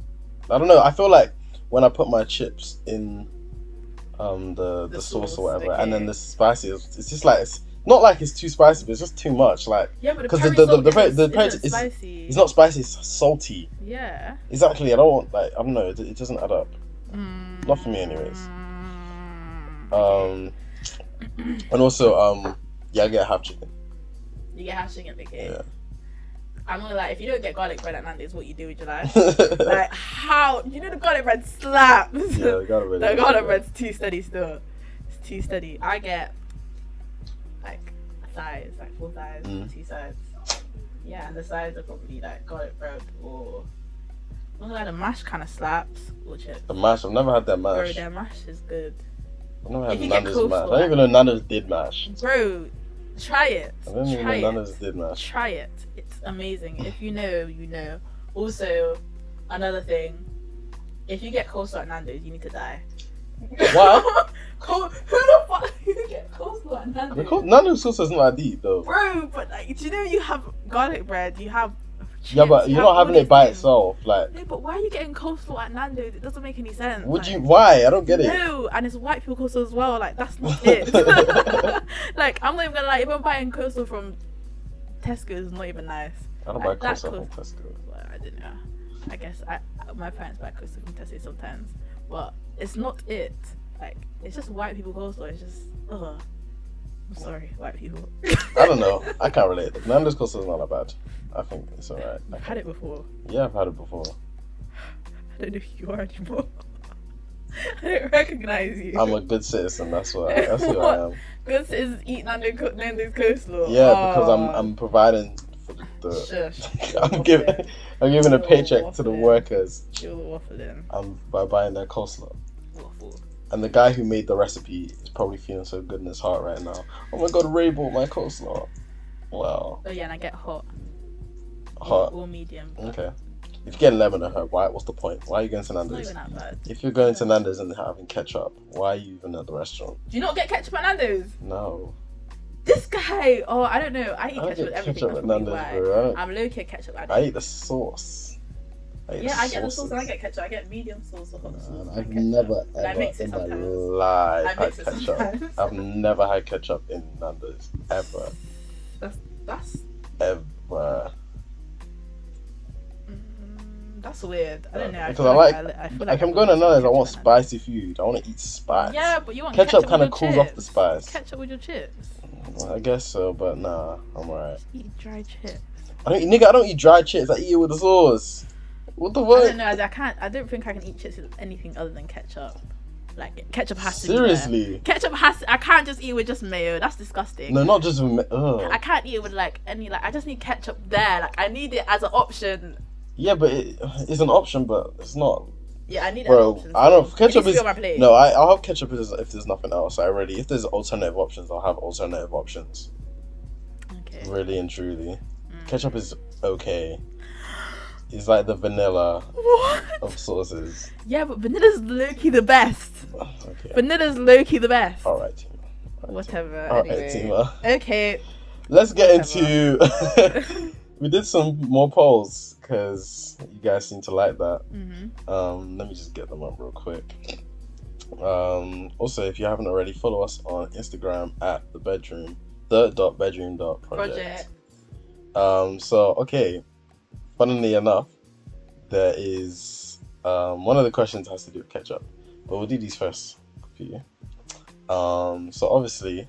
Speaker 4: I don't know. I feel like when I put my chips in um the the,
Speaker 3: The
Speaker 4: sauce, or
Speaker 3: sauce,
Speaker 4: whatever, and then
Speaker 3: okay.
Speaker 4: the spicy, it's, it's just like it's not like it's too spicy, but it's just too much. Like
Speaker 3: Yeah, but
Speaker 4: 'Cause
Speaker 3: the
Speaker 4: the-
Speaker 3: curry
Speaker 4: the-
Speaker 3: salt
Speaker 4: the- the- the
Speaker 3: isn't-
Speaker 4: curry
Speaker 3: isn't
Speaker 4: is-
Speaker 3: spicy.
Speaker 4: it's not spicy, it's salty.
Speaker 3: Yeah.
Speaker 4: Exactly. I don't want like I don't know. It, it doesn't add up.
Speaker 3: Mm.
Speaker 4: Not for me, anyways. Um, and also um yeah, I get half chicken.
Speaker 3: You get hashing at the game.
Speaker 4: Yeah.
Speaker 3: I'm gonna like if you don't get garlic bread at Nando's, what you do with your life? like how you know the garlic bread slaps.
Speaker 4: yeah, I got it.
Speaker 3: the garlic bread's too steady still. It's too steady. I get like thighs, like full thighs,
Speaker 4: Mm.
Speaker 3: two sides. Yeah, and the sides are probably like garlic bread or well, like the mash kind of slaps or chips.
Speaker 4: The mash. I've never had that
Speaker 3: Bro,
Speaker 4: mash.
Speaker 3: their mash is good.
Speaker 4: I've never
Speaker 3: If
Speaker 4: had
Speaker 3: you get
Speaker 4: Nando's
Speaker 3: cold
Speaker 4: mash. I
Speaker 3: for
Speaker 4: don't
Speaker 3: it.
Speaker 4: even know Nando's did mash.
Speaker 3: Bro, try it.
Speaker 4: I don't even
Speaker 3: Try
Speaker 4: know Nando's
Speaker 3: it.
Speaker 4: did mash.
Speaker 3: Try it. It's amazing. If you know, you know. Also, another thing, if you get coleslaw at Nando's, you need to die.
Speaker 4: What?
Speaker 3: Col- who the fuck you get coleslaw at Nando's?
Speaker 4: Because Nando's sauce is not that deep though.
Speaker 3: Bro, but like, do you know you have garlic bread? You have. Chips,
Speaker 4: Yeah, but you're
Speaker 3: have
Speaker 4: not
Speaker 3: all
Speaker 4: having it
Speaker 3: these
Speaker 4: by
Speaker 3: things.
Speaker 4: itself. Like,
Speaker 3: No, but why are you getting coleslaw at Nando's? It doesn't make any sense.
Speaker 4: would
Speaker 3: like-
Speaker 4: you? Why? I don't get it.
Speaker 3: no, and it's white people coastal as well. Like that's not it. like I'm not even gonna lie. If I'm buying coastal from Tesco, it's not even nice.
Speaker 4: I don't
Speaker 3: Like,
Speaker 4: buy
Speaker 3: that
Speaker 4: coleslaw from
Speaker 3: cold-
Speaker 4: Tesco.
Speaker 3: Well, I don't know. I guess I my parents buy coastal from Tesco sometimes, but it's not it. Like it's just white people coastal. It's just ugh. I'm sorry, white people.
Speaker 4: I don't know. I can't relate. Nando's coleslaw is not that bad. I think it's alright.
Speaker 3: I've had it before.
Speaker 4: Yeah, I've had it before.
Speaker 3: I don't know who you are anymore. I don't recognize you.
Speaker 4: I'm a good citizen. That's why. That's who I am.
Speaker 3: This is eating under Nando's coleslaw.
Speaker 4: Yeah, because I'm
Speaker 3: Aw.
Speaker 4: I'm providing for the. the
Speaker 3: Shush.
Speaker 4: I'm giving I'm giving a
Speaker 3: You're
Speaker 4: paycheck to the
Speaker 3: waffling.
Speaker 4: workers.
Speaker 3: You're waffling.
Speaker 4: Um, by buying their coleslaw.
Speaker 3: Waffle.
Speaker 4: And the guy who made the recipe is probably feeling so good in his heart right now. Oh my god, Ray bought my coleslaw. Wow,
Speaker 3: Oh yeah, and I get hot.
Speaker 4: hot.
Speaker 3: Or medium. It's
Speaker 4: Okay. If you get lemon and herb, why? What's the point? Why are you going to
Speaker 3: not
Speaker 4: Nando's?
Speaker 3: even that bad.
Speaker 4: If you're going to Nando's and they're having ketchup, why are you even at the restaurant?
Speaker 3: Do you not get ketchup at Nando's?
Speaker 4: No.
Speaker 3: This guy. Oh, I don't know. I eat
Speaker 4: I don't
Speaker 3: ketchup
Speaker 4: get
Speaker 3: with everything.
Speaker 4: ketchup
Speaker 3: That's
Speaker 4: at
Speaker 3: probably
Speaker 4: Nando's,
Speaker 3: why.
Speaker 4: bro. I,
Speaker 3: I'm low key ketchup
Speaker 4: don't- I
Speaker 3: addict.
Speaker 4: eat the sauce. I eat
Speaker 3: Yeah, I get the sauce and I
Speaker 4: sauces.
Speaker 3: get ketchup. I get medium sauce or hot sauce.
Speaker 4: Man,
Speaker 3: and
Speaker 4: I've
Speaker 3: ketchup.
Speaker 4: never
Speaker 3: And I
Speaker 4: ever
Speaker 3: mix it
Speaker 4: in my
Speaker 3: sometimes.
Speaker 4: life
Speaker 3: I
Speaker 4: had
Speaker 3: mix it
Speaker 4: ketchup. Um,
Speaker 3: sometimes.
Speaker 4: I've never had ketchup in Nando's ever,
Speaker 3: That's
Speaker 4: ever.
Speaker 3: mm, that's weird. I don't know.
Speaker 4: Because
Speaker 3: feel
Speaker 4: I like-
Speaker 3: I, feel
Speaker 4: Like
Speaker 3: I
Speaker 4: I'm going to
Speaker 3: always get
Speaker 4: Nando's, I want
Speaker 3: ketchup at
Speaker 4: spicy food. I want to eat
Speaker 3: Nando's.
Speaker 4: spice.
Speaker 3: Yeah, but you want
Speaker 4: Ketchup
Speaker 3: ketchup,
Speaker 4: kinda
Speaker 3: with your
Speaker 4: cools off the
Speaker 3: chips.
Speaker 4: spice.
Speaker 3: Ketchup with your chips.
Speaker 4: I guess so, but nah, I'm alright.
Speaker 3: Eat dry chips.
Speaker 4: I don't, eat- nigga, I don't eat dry chips. I eat it with the sauce. What the
Speaker 3: I
Speaker 4: fuck?
Speaker 3: don't know. I I can't. I don't think I can eat chips with anything other than ketchup. Like ketchup has to. be there.
Speaker 4: Seriously?
Speaker 3: Ketchup has. I can't just eat with just mayo. That's disgusting.
Speaker 4: No, not just with. me- Ugh.
Speaker 3: I can't eat it with like any like. I just need ketchup there. Like I need it as an option.
Speaker 4: Yeah, but it, it's an option, but it's not.
Speaker 3: Yeah, I need it. as an
Speaker 4: Bro,
Speaker 3: option.
Speaker 4: I
Speaker 3: It
Speaker 4: don't.
Speaker 3: needs to
Speaker 4: Ketchup
Speaker 3: be
Speaker 4: is.
Speaker 3: on my plate.
Speaker 4: No, I, I'll have ketchup if there's, if there's nothing else. I really. If there's alternative options, I'll have alternative options.
Speaker 3: Okay.
Speaker 4: Really and truly.
Speaker 3: Mm.
Speaker 4: Ketchup is okay. It's like the vanilla
Speaker 3: What?
Speaker 4: of sauces. Oh,
Speaker 3: Yeah, but vanilla's Loki the best.
Speaker 4: Okay.
Speaker 3: Vanilla's Loki the best.
Speaker 4: Alright, Tima.
Speaker 3: Whatever.
Speaker 4: Alright,
Speaker 3: anyway.
Speaker 4: Tima.
Speaker 3: Okay. Mm-hmm.
Speaker 4: Let's get
Speaker 3: Whatever.
Speaker 4: into we did some more polls because you guys seem to like that.
Speaker 3: Mm-hmm.
Speaker 4: Um, let me just get them up real quick. Um, also, if you haven't already, follow us on Instagram at the bedroom, the dot bedroom dot project.
Speaker 3: Project.
Speaker 4: Um, so okay, funnily enough, there is um, one of the questions has to do with ketchup, but we'll do these first for you. Um, so obviously,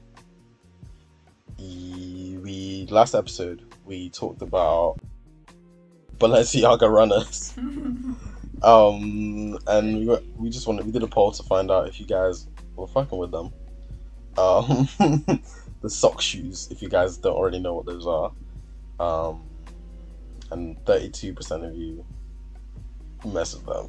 Speaker 4: y- we last episode we talked about Balenciaga runners. Um, and we, were, we just wanted we did a poll to find out if you guys were fucking with them. Um, the sock shoes, if you guys don't already know what those are. Um, and thirty-two percent of you mess with them.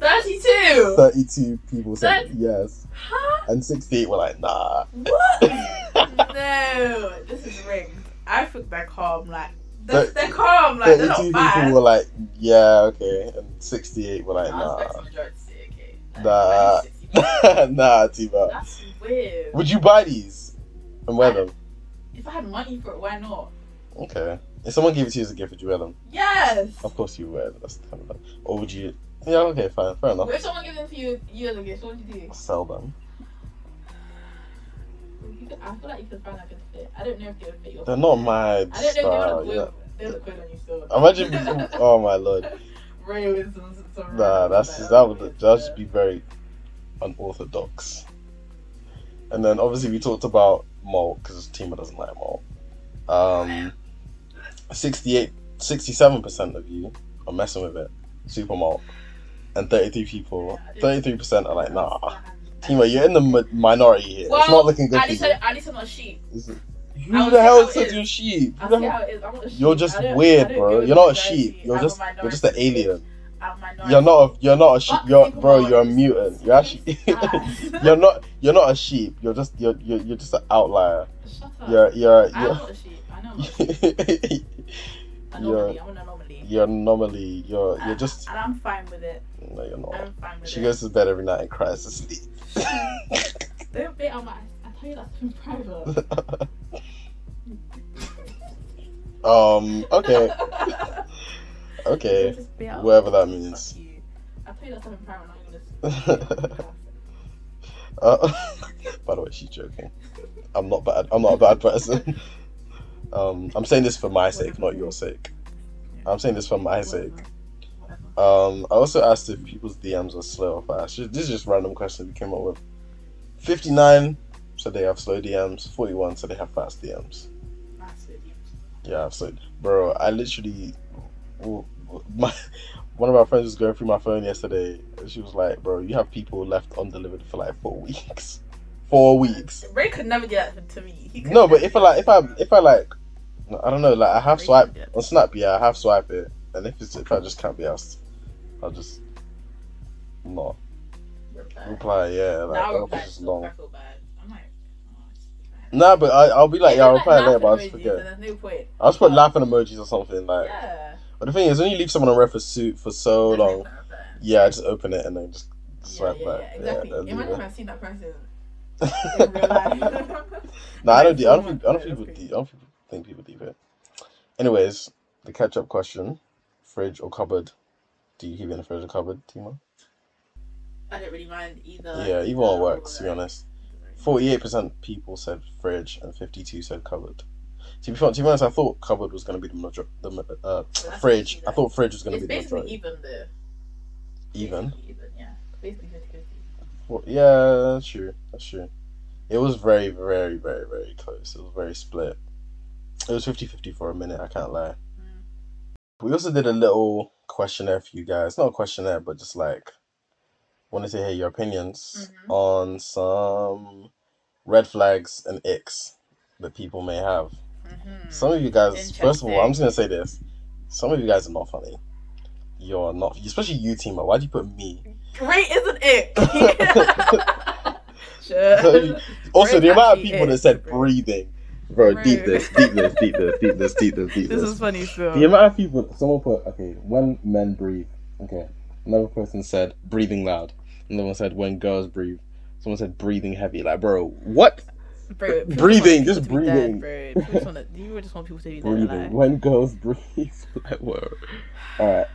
Speaker 3: 32!
Speaker 4: Thirty-two people said yes,
Speaker 3: Huh?
Speaker 4: and sixty-eight were like, nah.
Speaker 3: What? no, this is rigged. I think they're calm, like, they're,
Speaker 4: Thir-
Speaker 3: they're calm, like, they're
Speaker 4: Thirty-two
Speaker 3: not bad.
Speaker 4: people were like, yeah, okay, and sixty-eight were like,
Speaker 3: I was
Speaker 4: nah,
Speaker 3: expecting majority to say okay.
Speaker 4: Nah.
Speaker 3: Like, 60%.
Speaker 4: nah, too bad.
Speaker 3: That's weird.
Speaker 4: Would you buy these and wear them?
Speaker 3: If I had money for it, why not?
Speaker 4: Okay. If someone gave it to you as a gift, would you wear them?
Speaker 3: Yes!
Speaker 4: Of course you would. That's kind of dumb. Or would you? Yeah. Okay. Fine. Fair enough.
Speaker 3: But if someone gives it to you, you as a gift, what would you do?
Speaker 4: Sell them.
Speaker 3: You could- I feel like you could find like a fit. I don't know if they would fit your
Speaker 4: They're not my
Speaker 3: I don't know if they
Speaker 4: style. Yeah.
Speaker 3: would look good. They look good on you still.
Speaker 4: Imagine. if- oh my lord.
Speaker 3: Ray with some, some
Speaker 4: Nah. That's just, that would that would just be very unorthodox. And then obviously we talked about malt because Tima doesn't like malt. Um, 68, 67 percent of you are messing with it, super malt, and thirty-three people, thirty-three percent are like, nah. Tima, you're in the mi- minority here. it's
Speaker 3: Well,
Speaker 4: not looking good
Speaker 3: At
Speaker 4: for you.
Speaker 3: least, I, at least I'm not sheep.
Speaker 5: Is it?
Speaker 3: I
Speaker 4: Who
Speaker 3: would
Speaker 4: the
Speaker 3: say
Speaker 4: hell
Speaker 3: how it
Speaker 4: said
Speaker 3: is.
Speaker 4: you're sheep? Who
Speaker 3: I
Speaker 4: the
Speaker 3: see
Speaker 4: hell-
Speaker 3: how it is. I'm not a sheep.
Speaker 4: You're just
Speaker 3: I don't- I
Speaker 4: weird,
Speaker 3: don't
Speaker 4: bro.
Speaker 3: deal
Speaker 4: You're
Speaker 3: with
Speaker 4: not a
Speaker 3: minority.
Speaker 4: sheep. You're
Speaker 3: I'm
Speaker 4: just
Speaker 3: a minority.
Speaker 4: you're just an alien.
Speaker 3: I'm minority.
Speaker 4: You're not a, you're not a sheep.
Speaker 3: Fuck
Speaker 4: You're
Speaker 3: people
Speaker 4: bro.
Speaker 3: who
Speaker 4: You're a
Speaker 3: are
Speaker 4: mutant. You're actually
Speaker 3: Shut
Speaker 4: you're not you're not a sheep. You're just you're you're, you're just an outlier.
Speaker 3: up.
Speaker 4: You're you're
Speaker 3: I'm
Speaker 4: you're
Speaker 3: not a sheep. I know I'm not a sheep.
Speaker 4: you're,
Speaker 3: Anomaly. I'm an anomaly.
Speaker 4: you're anomaly. You're you're just
Speaker 3: And I'm fine with it.
Speaker 4: no. You're not.
Speaker 3: I'm fine with
Speaker 4: She
Speaker 3: it.
Speaker 4: goes to bed every night and cries to sleep.
Speaker 3: Don't bait on my. I tell you that's in private.
Speaker 4: um. Okay. Okay.
Speaker 3: Just bait on-
Speaker 4: Whatever that means.
Speaker 3: Fuck you. I tell you that's in private. I'm not
Speaker 4: Uh, by the way, she's joking. I'm not bad. I'm not a bad person. Um, I'm saying this for my sake, not your sake. I'm saying this for my sake. Um, I also asked if people's DMs are slow or fast. Ju- This is just random questions we came up with. 59 said they have slow DMs. 41 said they have fast DMs. Yeah, I've said, bro. I literally, w- w- my one of our friends was going through my phone yesterday, and she was like, "Bro, you have people left undelivered for like four weeks, four weeks."
Speaker 3: Ray could never get that to me. He could
Speaker 4: No, but
Speaker 3: never
Speaker 4: if I like, if I, if I like, I don't know, like I have
Speaker 3: Ray
Speaker 4: swipe
Speaker 3: could
Speaker 4: on Snap, yeah, I have swipe it, and if it's if I just can't be asked, I'll just not
Speaker 3: reply.
Speaker 4: reply. Yeah, like
Speaker 3: Now I
Speaker 4: I'll
Speaker 3: reply,
Speaker 4: just
Speaker 3: so
Speaker 4: long.
Speaker 3: I feel bad. I'm like, oh, it's fine.
Speaker 4: Nah, but I, I'll be like,
Speaker 3: If
Speaker 4: yeah, I'll
Speaker 3: it's
Speaker 4: reply later,
Speaker 3: laugh
Speaker 4: but I'll just
Speaker 3: emojis,
Speaker 4: forget.
Speaker 3: then There's no point.
Speaker 4: I'll just put laughing emojis or something like.
Speaker 3: Yeah.
Speaker 4: But the thing is, when you leave someone on red for suit for so
Speaker 3: That's
Speaker 4: long,
Speaker 3: not fair.
Speaker 4: yeah, I just open it and then just
Speaker 3: Yeah,
Speaker 4: swipe
Speaker 3: yeah,
Speaker 4: back.
Speaker 3: yeah, exactly.
Speaker 4: that'd be
Speaker 3: Imagine if
Speaker 4: it.
Speaker 3: I've seen that person in real life.
Speaker 4: no, I don't.
Speaker 3: Like,
Speaker 4: Do, I don't
Speaker 3: someone
Speaker 4: think. I don't think
Speaker 3: that
Speaker 4: people.
Speaker 3: open.
Speaker 4: Do, I don't think- think people do it. Anyways, the catch-up question: fridge or cupboard? Do you keep it in the fridge or cupboard, Timo?
Speaker 3: I don't really mind either.
Speaker 4: yeah, either one works. To be
Speaker 3: Alright.
Speaker 4: honest, forty-eight percent people said fridge and fifty-two said cupboard. To be, fun, to be honest, I thought cupboard was going to be the major, the ma- uh,
Speaker 3: that's
Speaker 4: fridge.
Speaker 3: actually
Speaker 4: I
Speaker 3: nice.
Speaker 4: thought fridge was going
Speaker 3: It's
Speaker 4: to be the
Speaker 3: basically
Speaker 4: majority.
Speaker 3: even though.
Speaker 4: Even.
Speaker 3: Basically even, yeah. Basically 50
Speaker 4: Well, yeah, that's true. That's true. It was very, very, very, very close. It was very split. It was 50 50 for a minute, I can't lie.
Speaker 3: Mm.
Speaker 4: We also did a little questionnaire for you guys. Not a questionnaire, but just like wanted to hear your opinions
Speaker 3: Mhm.
Speaker 4: on some red flags and icks that people may have.
Speaker 3: Mm-hmm.
Speaker 4: Some of you guys, first of all, I'm just
Speaker 3: Interesting.
Speaker 4: gonna say this. Some of you guys are not funny. You're not, especially you, Tima. Why'd you put me?
Speaker 3: Great, isn't it? sure.
Speaker 4: Also, the
Speaker 3: Break
Speaker 4: amount of
Speaker 3: actually
Speaker 4: people that
Speaker 3: is
Speaker 4: said
Speaker 3: break.
Speaker 4: breathing, bro,
Speaker 3: Bro.
Speaker 4: deep this, deep this, deep this, deep this, deep this, deep this.
Speaker 3: funny
Speaker 4: the
Speaker 3: still.
Speaker 4: amount of people, someone put, okay, when men breathe, okay. Another person said breathing loud. Another one said when girls breathe. Someone said breathing heavy. Like, bro, what?
Speaker 3: Bro, people
Speaker 4: Breathing,
Speaker 3: want
Speaker 4: just
Speaker 3: people to be dead,
Speaker 4: breathing.
Speaker 3: bro. People just wanna- you just want people to be dead.
Speaker 4: breathing.
Speaker 3: Like.
Speaker 4: When girls breathe, like what? Alright.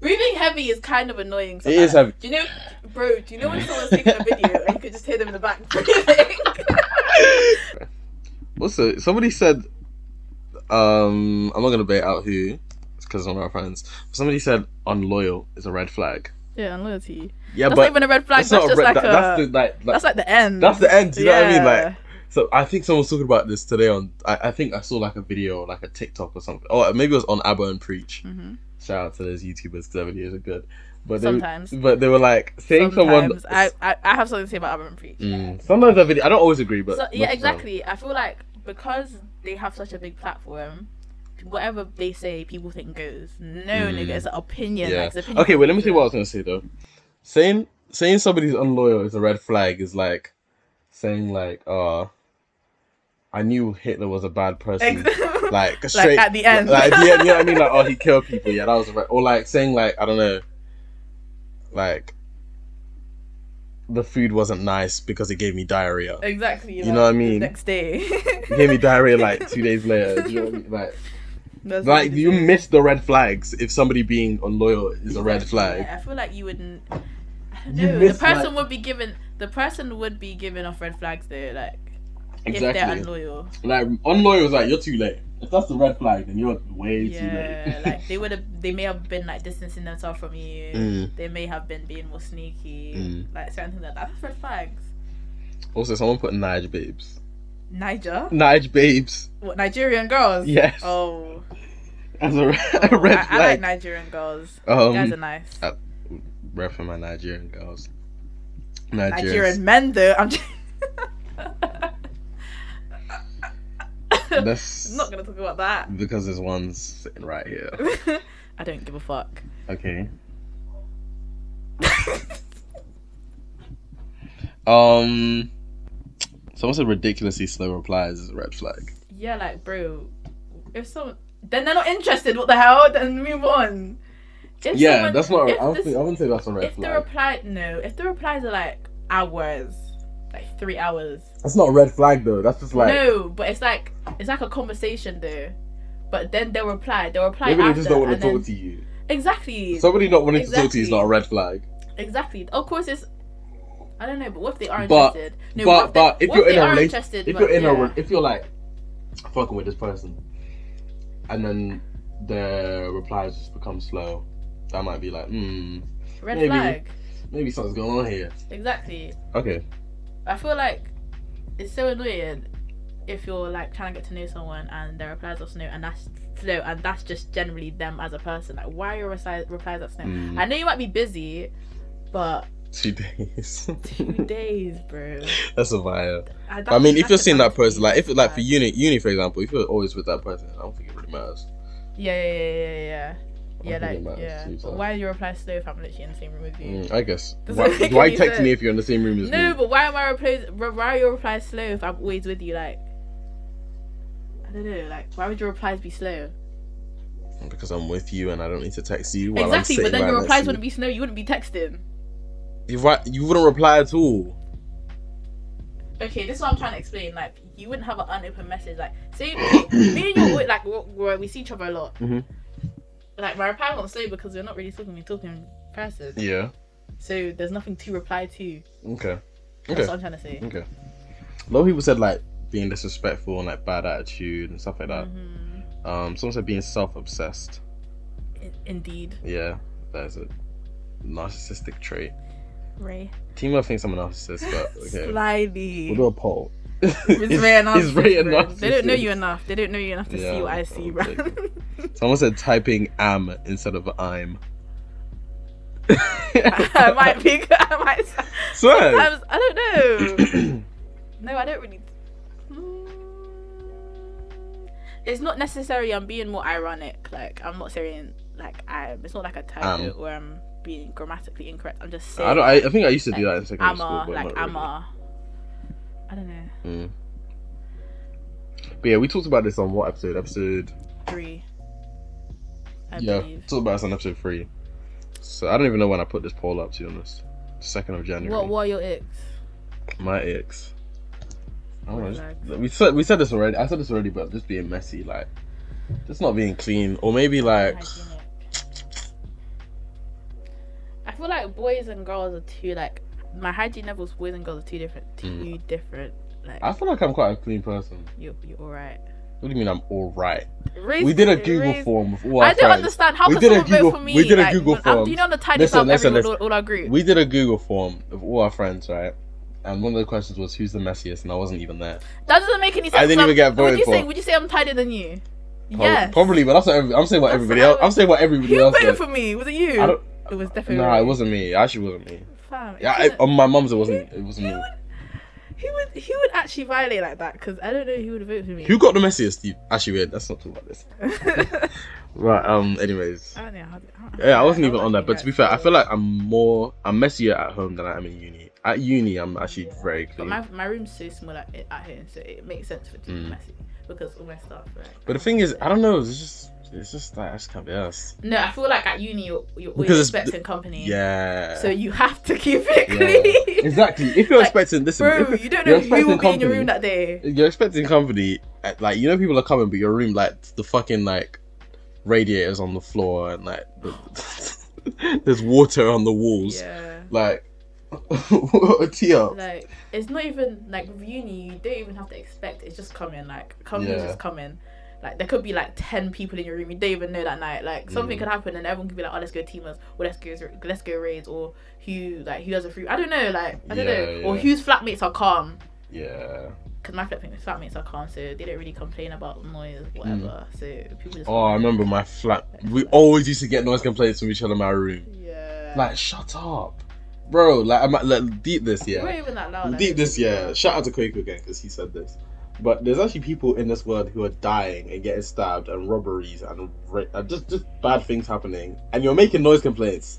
Speaker 3: Breathing heavy is kind of annoying.
Speaker 4: it is
Speaker 3: sometimes.
Speaker 4: heavy.
Speaker 3: Do you know, bro? Do you know when someone's taking a video and you could just hear them in the back breathing?
Speaker 4: Also, somebody said, um, I'm not gonna bait out who, because I'm our friends. Somebody said unloyal is a red flag.
Speaker 3: yeah, and loyalty.
Speaker 4: Yeah,
Speaker 3: that's
Speaker 4: but
Speaker 3: not even a red flag. That's,
Speaker 4: not
Speaker 3: just
Speaker 4: red-
Speaker 3: like
Speaker 4: that-
Speaker 3: a.
Speaker 4: that's
Speaker 3: That's,
Speaker 4: the like, like
Speaker 3: like the end.
Speaker 4: that's the end. You know what I mean? Like,
Speaker 3: Yeah.
Speaker 4: So I think someone was talking about this today on. I, I think I saw like a video, like a TikTok or something, or maybe it was on Abba and Preach.
Speaker 3: Mhm.
Speaker 4: Shout out to those YouTubers because their videos are good. But they,
Speaker 3: sometimes.
Speaker 4: but they were like saying
Speaker 3: Sometimes
Speaker 4: someone.
Speaker 3: I, I I have something to say about Urban Preach.
Speaker 4: Mm, sometimes their video. I don't always agree, but
Speaker 3: so,
Speaker 4: most of
Speaker 3: yeah,
Speaker 4: the
Speaker 3: exactly. I feel like because they have such a big platform, whatever they say, people think goes. No,
Speaker 4: Mm.
Speaker 3: nigga, it's an opinion.
Speaker 4: Yeah.
Speaker 3: Like, it's opinion
Speaker 4: Okay, wait. Let me see
Speaker 3: Yeah.
Speaker 4: what I was gonna say though. Saying saying somebody's unloyal is a red flag is like saying like, uh, I knew Hitler was a bad person.
Speaker 3: Ex-
Speaker 4: like straight
Speaker 3: at the end.
Speaker 4: Like, at the end, you know what I mean? Like, oh, he killed people. Yeah, that was right. Or like saying like I don't know, like the food wasn't nice because it gave me diarrhea.
Speaker 3: exactly.
Speaker 4: You know what I mean?
Speaker 3: Next day.
Speaker 4: It gave me diarrhea like two days later. Do you know what I mean? Like,
Speaker 3: That's what
Speaker 4: like
Speaker 3: it
Speaker 4: you
Speaker 3: is.
Speaker 4: miss the red flags if somebody being unloyal is a red flag.
Speaker 3: Yeah, I feel like you wouldn't. I don't
Speaker 4: You
Speaker 3: know. The
Speaker 4: miss,
Speaker 3: person
Speaker 4: like-
Speaker 3: would be given. The person would be giving off red flags though, like if
Speaker 4: Exactly.
Speaker 3: they're unloyal.
Speaker 4: Like unloyal is like you're too late. If that's the red flag, then you're way
Speaker 3: Yeah,
Speaker 4: too late.
Speaker 3: like they would have. They may have been like distancing themselves from you.
Speaker 4: Mm.
Speaker 3: They may have been being more sneaky,
Speaker 4: Mm.
Speaker 3: like certain things like that. That's red flags.
Speaker 4: Also, someone put Nige babes.
Speaker 3: Niger,
Speaker 4: Nige babes.
Speaker 3: what Nigerian girls?
Speaker 4: Mm. Yes.
Speaker 3: Oh,
Speaker 4: As a,
Speaker 3: oh,
Speaker 4: a red
Speaker 3: I, I like
Speaker 4: flag.
Speaker 3: Nigerian girls. Guys are
Speaker 4: um,
Speaker 3: nice.
Speaker 4: uh, ref for my Nigerian girls.
Speaker 3: Nigerian
Speaker 4: Nigerians.
Speaker 3: men though. I'm just...
Speaker 4: That's
Speaker 3: not gonna talk about that.
Speaker 4: because there's one sitting right here.
Speaker 3: I don't give a fuck.
Speaker 4: Okay. um. Someone said ridiculously slow replies is a red flag.
Speaker 3: Yeah, like bro, if some then they're not interested. What the hell? Then move on. If
Speaker 4: yeah,
Speaker 3: someone-
Speaker 4: that's not.
Speaker 3: if
Speaker 4: I, don't
Speaker 3: this-
Speaker 4: think, I wouldn't say that's a red
Speaker 3: if the
Speaker 4: flag.
Speaker 3: reply no, if the replies are like hours, like three hours.
Speaker 4: that's not a red flag though. That's just like
Speaker 3: no, but it's like it's like a conversation though. But then they'll reply. They'll reply
Speaker 4: maybe they
Speaker 3: after.
Speaker 4: just don't want to
Speaker 3: and then-
Speaker 4: talk to you.
Speaker 3: Exactly.
Speaker 4: Somebody not wanting to talk to you is
Speaker 3: Exactly.
Speaker 4: not a red flag.
Speaker 3: Exactly. Of course, it's. I don't know, but what if they are
Speaker 4: But-
Speaker 3: interested? No,
Speaker 4: but
Speaker 3: what if they-
Speaker 4: but if
Speaker 3: what
Speaker 4: you're
Speaker 3: they
Speaker 4: in a
Speaker 3: are
Speaker 4: relationship,
Speaker 3: interested,
Speaker 4: if
Speaker 3: but-
Speaker 4: you're in a
Speaker 3: yeah.
Speaker 4: re- if you're like fucking with this person, and then the replies just become slow, that might be like, hmm,
Speaker 3: red
Speaker 4: maybe.
Speaker 3: flag.
Speaker 4: maybe something's going on here.
Speaker 3: Exactly.
Speaker 4: Okay.
Speaker 3: I feel like it's so annoying if you're like trying to get to know someone and their replies are snow and that's slow and that's just generally them as a person. Like why are your resi- replies are snow?
Speaker 4: Mm.
Speaker 3: I know you might be busy, but
Speaker 4: Two days.
Speaker 3: two days, bro.
Speaker 4: That's a vibe.
Speaker 3: I,
Speaker 4: But I mean, if
Speaker 3: that's
Speaker 4: you're
Speaker 3: just
Speaker 4: seeing
Speaker 3: not
Speaker 4: that person,
Speaker 3: me.
Speaker 4: like if like for uni, uni for example, if you're always with that person, I don't think it really matters.
Speaker 3: Yeah, yeah, yeah, yeah, yeah.
Speaker 4: I
Speaker 3: Yeah,
Speaker 4: don't think it
Speaker 3: like
Speaker 4: matters
Speaker 3: yeah.
Speaker 4: too, so.
Speaker 3: But why are your replies slow if I'm literally in the same room with you?
Speaker 4: Mm, I guess.
Speaker 3: Doesn't
Speaker 4: Why,
Speaker 3: make
Speaker 4: why
Speaker 3: any
Speaker 4: text me
Speaker 3: sense.
Speaker 4: if you're in the same room as
Speaker 3: No,
Speaker 4: me?
Speaker 3: but why am I replies? Why are your replies slow if I'm always with you? Like, I don't know. Like, why would your replies be slow?
Speaker 4: Because I'm with you and I don't need to text you while
Speaker 3: exactly,
Speaker 4: I'm
Speaker 3: but
Speaker 4: sitting
Speaker 3: then
Speaker 4: right
Speaker 3: your
Speaker 4: next
Speaker 3: replies
Speaker 4: to
Speaker 3: wouldn't be slow. You wouldn't be texting.
Speaker 4: you. You're right- You wouldn't reply at all.
Speaker 3: Okay, this is what I'm trying to explain. Like, you wouldn't have an unopened message. Like, say me and you are always- like we're, we're- we see each other a lot.
Speaker 4: Mhm.
Speaker 3: Like my reply won't slow because we're not really talking. We're talking in person.
Speaker 4: Yeah.
Speaker 3: So there's nothing to reply to.
Speaker 4: Okay.
Speaker 3: That's
Speaker 4: Okay. Mm-hmm.
Speaker 3: what I'm trying to say.
Speaker 4: Okay. A lot of people said like being disrespectful and like bad attitude and stuff like that.
Speaker 3: Mhm.
Speaker 4: Um, someone said being self-obsessed.
Speaker 3: In- Indeed,
Speaker 4: Yeah, that is a narcissistic trait.
Speaker 3: Ray.
Speaker 4: Timo thinks I'm a narcissist, but okay.
Speaker 3: Slyly.
Speaker 4: We'll do a poll. Is,
Speaker 3: It's Ray and
Speaker 4: is Ray a
Speaker 3: bro. They don't know
Speaker 4: narcissist?
Speaker 3: you enough. They don't know you enough to
Speaker 4: Yeah,
Speaker 3: see what I see,
Speaker 4: I'll
Speaker 3: bro.
Speaker 4: take Someone said typing am instead of I'm.
Speaker 3: I might be. I might.
Speaker 4: Swear.
Speaker 3: Sometimes, I don't know. No, I don't really. Mm. It's not necessarily. I'm being more ironic. Like I'm not saying like I. It's not like a title
Speaker 4: Um.
Speaker 3: where I'm being grammatically incorrect. I'm just saying.
Speaker 4: I, don't, I, I think I used to do that in secondary
Speaker 3: am
Speaker 4: school.
Speaker 3: a
Speaker 4: but
Speaker 3: like
Speaker 4: not
Speaker 3: I'm
Speaker 4: really.
Speaker 3: a. I don't know.
Speaker 4: But yeah, we talked about this on what episode? Episode
Speaker 3: Three. I
Speaker 4: yeah,
Speaker 3: believe.
Speaker 4: talked about this on episode three. So I don't even know when I put this poll up. To be honest, second of January.
Speaker 3: What? What are your icks?
Speaker 4: My ex. I don't know,
Speaker 3: Relax.
Speaker 4: just- we said we said this already. I said this already, but just being messy, like just not being clean, or maybe like
Speaker 3: Hygienic. I feel like boys and girls are two like my hygiene levels boys and girls are two different two
Speaker 4: Mm.
Speaker 3: different like
Speaker 4: I feel like I'm quite a clean person.
Speaker 3: you're, you're all right.
Speaker 4: What do you mean I'm all right? We did a Google form with all our
Speaker 3: I don't
Speaker 4: friends.
Speaker 3: understand how
Speaker 4: We
Speaker 3: can
Speaker 4: did a
Speaker 3: someone vote
Speaker 4: Google-
Speaker 3: for me?
Speaker 4: we did a
Speaker 3: Like,
Speaker 4: Google
Speaker 3: when- um,
Speaker 4: form.
Speaker 3: Do you know the tidy's
Speaker 4: Listen,
Speaker 3: up
Speaker 4: listen,
Speaker 3: everyone
Speaker 4: listen.
Speaker 3: all, all our group?
Speaker 4: We did a Google form of all our friends, right? And one of the questions was who's the messiest, and I wasn't even there.
Speaker 3: that doesn't make any sense.
Speaker 4: didn't
Speaker 3: so
Speaker 4: even get
Speaker 3: would
Speaker 4: voted
Speaker 3: you Say,
Speaker 4: for.
Speaker 3: would you say I'm tidier than you?
Speaker 4: Prob-
Speaker 3: yes.
Speaker 4: Probably, but that's what every, I'm saying. What
Speaker 3: That's
Speaker 4: everybody
Speaker 3: what I
Speaker 4: else? I'm
Speaker 3: was-
Speaker 4: saying what everybody
Speaker 3: Who
Speaker 4: else.
Speaker 3: voted
Speaker 4: Did.
Speaker 3: for me? Was it
Speaker 4: I
Speaker 3: you?
Speaker 4: don't.
Speaker 3: It was definitely.
Speaker 4: Nah,
Speaker 3: Rory.
Speaker 4: it wasn't me. It actually wasn't me.
Speaker 3: Fam, it
Speaker 4: Yeah, I,
Speaker 3: shouldn't-
Speaker 4: on my mum's, it wasn't. It wasn't me.
Speaker 3: Who would who would actually violate like that? Because I don't know who would vote for me.
Speaker 4: Who got the messiest? You actually, wait. Let's not talk about this.
Speaker 3: I
Speaker 4: Right. Um. Anyways.
Speaker 3: don't know. How, how,
Speaker 4: Yeah, I wasn't even on that. But to be fair, I feel like I'm more. I'm messier at home than I am in uni. At uni, I'm actually
Speaker 3: Yeah.
Speaker 4: very
Speaker 3: But
Speaker 4: clean.
Speaker 3: my, my room's so small at, at home, so it makes sense for it to be
Speaker 4: Mm.
Speaker 3: messy because all my stuff. Right?
Speaker 4: But the thing is, I don't know. It's just. It's just like I just can't be asked.
Speaker 3: No, I feel like at uni you're, you're always
Speaker 4: Because it's-
Speaker 3: expecting company.
Speaker 4: Yeah.
Speaker 3: So you have to keep it
Speaker 4: Yeah.
Speaker 3: clean.
Speaker 4: Exactly. If you're
Speaker 3: Like,
Speaker 4: expecting, listen. if
Speaker 3: Bro,
Speaker 4: you're-
Speaker 3: you don't
Speaker 4: you're
Speaker 3: know who will
Speaker 4: expecting
Speaker 3: be in your
Speaker 4: company.
Speaker 3: room that day.
Speaker 4: you're expecting company, uh, like you know people are coming, but your room like the fucking like radiators on the floor and like the, there's water on the walls,
Speaker 3: Yeah.
Speaker 4: like Tia.
Speaker 3: Like it's not even like with uni, you don't even have to expect. It's just coming. Like company's
Speaker 4: Yeah.
Speaker 3: just coming. Like there could be like ten people in your room. You don't even know that night. Like something
Speaker 4: Mm.
Speaker 3: could happen, and everyone could be like, "Oh, let's go teamers," or "Let's go, let's go raids," or who like who has a free. I don't know. Like I don't
Speaker 4: Yeah,
Speaker 3: know. Or
Speaker 4: yeah.
Speaker 3: whose flatmates are calm.
Speaker 4: yeah.
Speaker 3: Because my flatmates, flatmates are calm, so they don't really complain about noise, whatever. So people just.
Speaker 4: Mm. Oh, I remember my flat. We always used to get noise complaints from each other in my room.
Speaker 3: Yeah.
Speaker 4: Like, shut up, bro. Like, I'm like, deep this,
Speaker 3: We
Speaker 4: yeah.
Speaker 3: weren't even Oh, that loud.
Speaker 4: Deep this, yeah.
Speaker 3: year.
Speaker 4: Shout out to Quaker again because he said this. But there's actually people in this world who are dying and getting stabbed and robberies and ra- and just just bad things happening, and you're making noise complaints.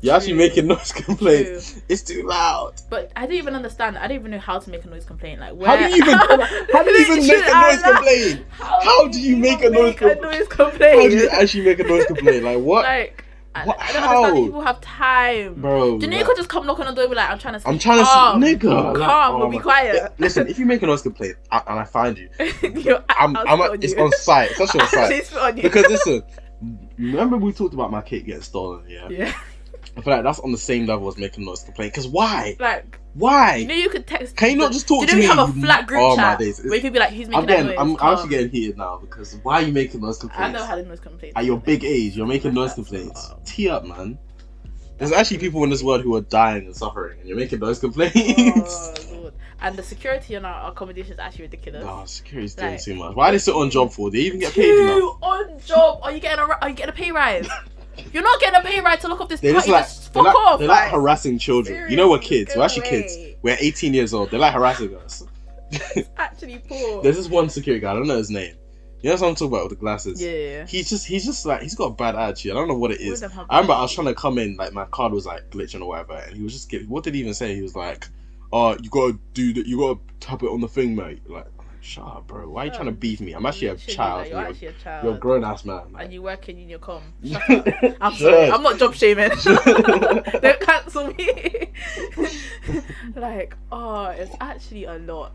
Speaker 4: You're actually
Speaker 3: True.
Speaker 4: making noise complaints. It's too loud.
Speaker 3: But I didn't even understand. I didn't even know how to make a noise complaint. Like where?
Speaker 4: How do you even how do you even make a noise complaint? how do you make a noise
Speaker 3: complaint?
Speaker 4: compl-
Speaker 3: complaint?
Speaker 4: How do you actually make a noise complaint? Like what,
Speaker 3: Like, I-
Speaker 4: What-
Speaker 3: I don't understand
Speaker 4: how?
Speaker 3: that people have time.
Speaker 4: bro?
Speaker 3: Do you know you
Speaker 4: like-
Speaker 3: could just come knock on the door and be like, I'm trying to sleep.
Speaker 4: I'm trying to
Speaker 3: calm,
Speaker 4: see, nigga. like,
Speaker 3: Calm,
Speaker 4: oh
Speaker 3: we'll be
Speaker 4: my-
Speaker 3: quiet.
Speaker 4: Listen, if you make a noise complaint I- and I find you,
Speaker 3: You're-
Speaker 4: I'm,
Speaker 3: I'll
Speaker 4: I'm
Speaker 3: spit
Speaker 4: it's
Speaker 3: you.
Speaker 4: on site. It's actually on
Speaker 3: I'll
Speaker 4: site.
Speaker 3: spit on you.
Speaker 4: because listen, remember we talked about my cake getting stolen. Yeah,
Speaker 3: Yeah.
Speaker 4: I feel like that's on the same level as making noise complaint. Because why?
Speaker 3: Like,
Speaker 4: Why?
Speaker 3: you know you could text.
Speaker 4: Can you not just talk
Speaker 3: Do
Speaker 4: to
Speaker 3: you
Speaker 4: me?
Speaker 3: know we have a
Speaker 4: you-
Speaker 3: flat group
Speaker 4: oh my
Speaker 3: chat
Speaker 4: days!
Speaker 3: where you could be like, who's making
Speaker 4: I'm
Speaker 3: that
Speaker 4: getting,
Speaker 3: noise?
Speaker 4: I'm
Speaker 3: Calm.
Speaker 4: actually getting heated now because why are you making noise
Speaker 3: I
Speaker 4: complaints?
Speaker 3: know how to noise complaint.
Speaker 4: At your big age, you're making noise complaints. Tee up, man. There's actually people in this world who are dying and suffering, and you're making noise complaints.
Speaker 3: Oh, Lord. And the security on our accommodation is actually ridiculous.
Speaker 4: Nah, security's doing
Speaker 3: Like-
Speaker 4: too much. Why they sit on job for? They even get paid enough.
Speaker 3: Two on job. Are you getting a ri- are you getting a pay rise? You're not getting a pay rise to look off this
Speaker 4: They
Speaker 3: party.
Speaker 4: just
Speaker 3: Just,
Speaker 4: like they're
Speaker 3: fuck
Speaker 4: like,
Speaker 3: off.
Speaker 4: they're like
Speaker 3: like.
Speaker 4: harassing children. you know we're
Speaker 3: Seriously,
Speaker 4: kids.
Speaker 3: go
Speaker 4: We're actually kids.
Speaker 3: away.
Speaker 4: We're 18 years old. They're like harassing us.
Speaker 3: It's actually poor.
Speaker 4: There's this one security guy. I don't know his name. You know what I'm talking about with the glasses.
Speaker 3: yeah, yeah.
Speaker 4: He's just he's just like he's got a bad attitude. I don't know what it
Speaker 3: yeah.
Speaker 4: is. I remember I was trying to come in, like my card was like glitching or whatever, and he was just giving. What did he even say? He was like, "Oh, you gotta do that. You gotta tap it on the thing, mate." Like, I'm like, shut up, bro. Why are you
Speaker 3: Oh.
Speaker 4: trying to beef me? I'm actually a child.
Speaker 3: You're
Speaker 4: and
Speaker 3: actually a child.
Speaker 4: You're, you're a grown ass man.
Speaker 3: and
Speaker 4: Like,
Speaker 3: you work in your com. Shut up. I'm sorry. I'm not job shaming. Don't cancel me. like, oh, it's actually a lot.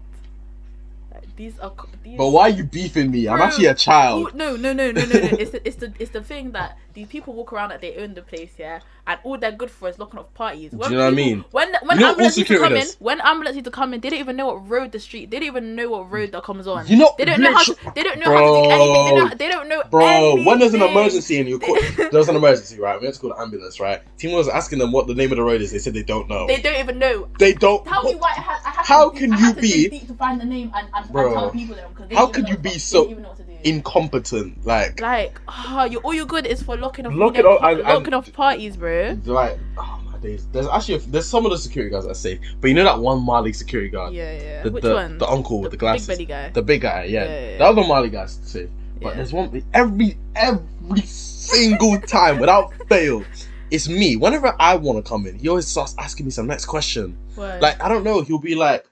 Speaker 3: Like these are co- these.
Speaker 4: but why are you beefing me? I'm
Speaker 3: Bro,
Speaker 4: actually a
Speaker 3: Oh,
Speaker 4: child.
Speaker 3: no, no, no, no, no, no. It's the, it's the it's the thing that these people walk around like they own the place, yeah, and all they're good for is locking off parties.
Speaker 4: Do you know what I
Speaker 3: people-
Speaker 4: mean?
Speaker 3: When when
Speaker 4: You know what
Speaker 3: ambulances
Speaker 4: all
Speaker 3: used to come in,
Speaker 4: security does?
Speaker 3: when ambulances used to come in, they don't even know what road the street. They don't even know what road that comes on.
Speaker 4: You know,
Speaker 3: They don't know how. To,
Speaker 4: literally-
Speaker 3: they don't know how to do anything. They don't, they don't know.
Speaker 4: Bro, when there's an
Speaker 3: anything.
Speaker 4: emergency and you call, there's an emergency, right? We had to call the ambulance, right? Team was asking them what the name of the road is. They said they don't know.
Speaker 3: they
Speaker 4: They,
Speaker 3: don't even know.
Speaker 4: don't.
Speaker 3: Tell me why I had, I had
Speaker 4: How
Speaker 3: to
Speaker 4: can
Speaker 3: I had
Speaker 4: you
Speaker 3: to
Speaker 4: be-
Speaker 3: dig deep to find the name and, and,
Speaker 4: Bro,
Speaker 3: and tell people them because
Speaker 4: how could you be so
Speaker 3: in
Speaker 4: Incompetent, like,
Speaker 3: like oh, you all you're good is for locking off
Speaker 4: Lock it
Speaker 3: freedom-
Speaker 4: up and- and-
Speaker 3: locking off parties, bro.
Speaker 4: like, oh my days. There's actually a, there's some of the security guards that are safe, but you know that one Mali security guard,
Speaker 3: Yeah, yeah.
Speaker 4: the,
Speaker 3: Which
Speaker 4: the,
Speaker 3: one?
Speaker 4: the uncle with the, glasses,
Speaker 3: Big belly guy.
Speaker 4: the big guy, yeah,
Speaker 3: Yeah, yeah,
Speaker 4: the other Mali guy's safe. But
Speaker 3: yeah.
Speaker 4: there's one every every single time without fail. It's me. Whenever I want to come in, he always starts asking me some next question.
Speaker 3: Why?
Speaker 4: Like I don't know. He'll be like,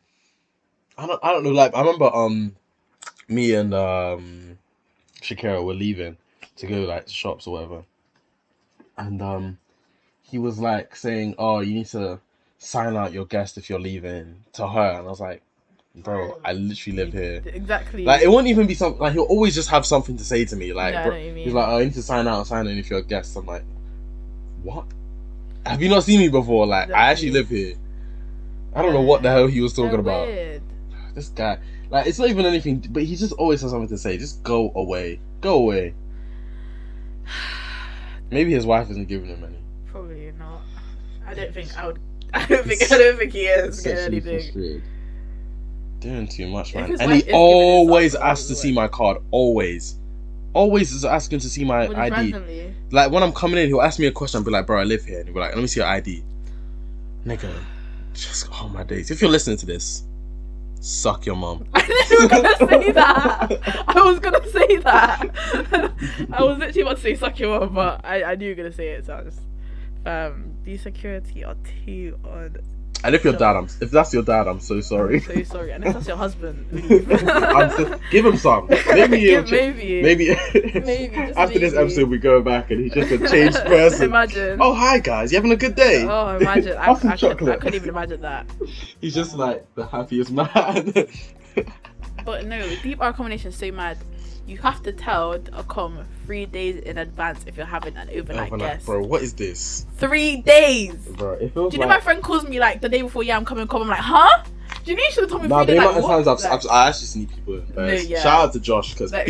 Speaker 4: I don't, I don't know. Like I remember, um, me and um, Shakira were leaving to go like to shops or whatever, and um, he was like saying, "Oh, you need to sign out your guest if you're leaving to her," and I was like, bro, I literally live here.
Speaker 3: Exactly.
Speaker 4: Like it won't even be something. Like he'll always just have something to say to me. Like
Speaker 3: Yeah, I
Speaker 4: bro,
Speaker 3: know what you
Speaker 4: he's
Speaker 3: mean.
Speaker 4: like, oh, I need to sign out, sign in if you're a guest. I'm like, what? Have you not seen me before? Like I actually
Speaker 3: Exactly.
Speaker 4: live here. I don't know what the hell he was talking
Speaker 3: They're
Speaker 4: about.
Speaker 3: Weird.
Speaker 4: This guy, like it's not even anything, but he just always has something to say. Just go away, go away. Maybe his wife isn't giving him any.
Speaker 3: Probably not. I don't think I would. I don't think I don't think he is gonna
Speaker 4: Sexually
Speaker 3: anything.
Speaker 4: frustrated. Doing too much,
Speaker 3: If
Speaker 4: man.
Speaker 3: his
Speaker 4: And
Speaker 3: wife is
Speaker 4: he
Speaker 3: giving him
Speaker 4: always
Speaker 3: something,
Speaker 4: asks to
Speaker 3: what?
Speaker 4: see my card. Always, always is asking to see my
Speaker 3: Well,
Speaker 4: ID.
Speaker 3: randomly.
Speaker 4: Like when I'm coming in, he'll ask me a question. I'll be like, "Bro, I live here," and he'll be like, "Let me see your ID." Nigga, just oh my days. If you're listening to this, suck your mum.
Speaker 3: I didn't even gonna say that. I was gonna say that. I was literally about to say suck your mum, but I, I knew you were gonna say it. So I just, um, these security are too on.
Speaker 4: And if your dad, I'm if that's your dad, I'm so sorry.
Speaker 3: I'm so sorry. And if that's your husband, leave.
Speaker 4: I'm so, give him some. Maybe he'll
Speaker 3: Give-
Speaker 4: ch-
Speaker 3: maybe.
Speaker 4: maybe.
Speaker 3: Maybe, just
Speaker 4: after this
Speaker 3: maybe.
Speaker 4: episode, we go back and he's just a changed person.
Speaker 3: Imagine.
Speaker 4: Oh hi guys, you having a good day?
Speaker 3: Oh, imagine. I, I,
Speaker 4: Have some
Speaker 3: could, I
Speaker 4: chocolate.
Speaker 3: couldn't even imagine that.
Speaker 4: He's just like the happiest man.
Speaker 3: But no, deep R combination is so mad. You have to tell a com three days in advance if you're having an overnight,
Speaker 4: I'm like,
Speaker 3: guest.
Speaker 4: bro, what is this,
Speaker 3: Three days. Do
Speaker 4: bro? It feels
Speaker 3: you know my friend calls me like the day before? Yeah, I'm coming. Come. I'm like, huh? Do you know you should have told me?
Speaker 4: Nah,
Speaker 3: three
Speaker 4: the
Speaker 3: days,
Speaker 4: amount
Speaker 3: like,
Speaker 4: of times
Speaker 3: what?
Speaker 4: I've, I've, I actually seen people in Paris.
Speaker 3: yeah.
Speaker 4: Shout out to Josh because
Speaker 3: Like-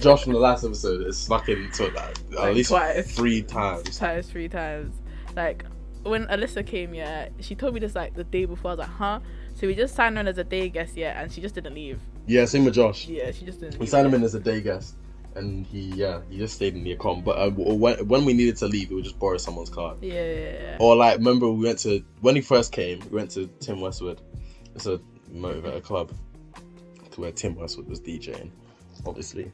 Speaker 4: Josh from the last episode is snuck into it like,
Speaker 3: Like
Speaker 4: at least
Speaker 3: twice.
Speaker 4: three times.
Speaker 3: times, three times. Like when Alyssa came, yeah, she told me this like the day before. I was like, huh? So we just signed on as a day guest, yeah, and she just didn't leave.
Speaker 4: Yeah, same with Josh.
Speaker 3: Yeah, she just didn't.
Speaker 4: We
Speaker 3: leave,
Speaker 4: signed him
Speaker 3: yeah.
Speaker 4: in as a day guest, and he yeah he just stayed in the account. But uh, w- when when we needed to leave, we would just borrow someone's car.
Speaker 3: Yeah, yeah, yeah.
Speaker 4: Or like remember we went to when he first came, we went to Tim Westwood. It's a motivator club to where Tim Westwood was DJing, obviously.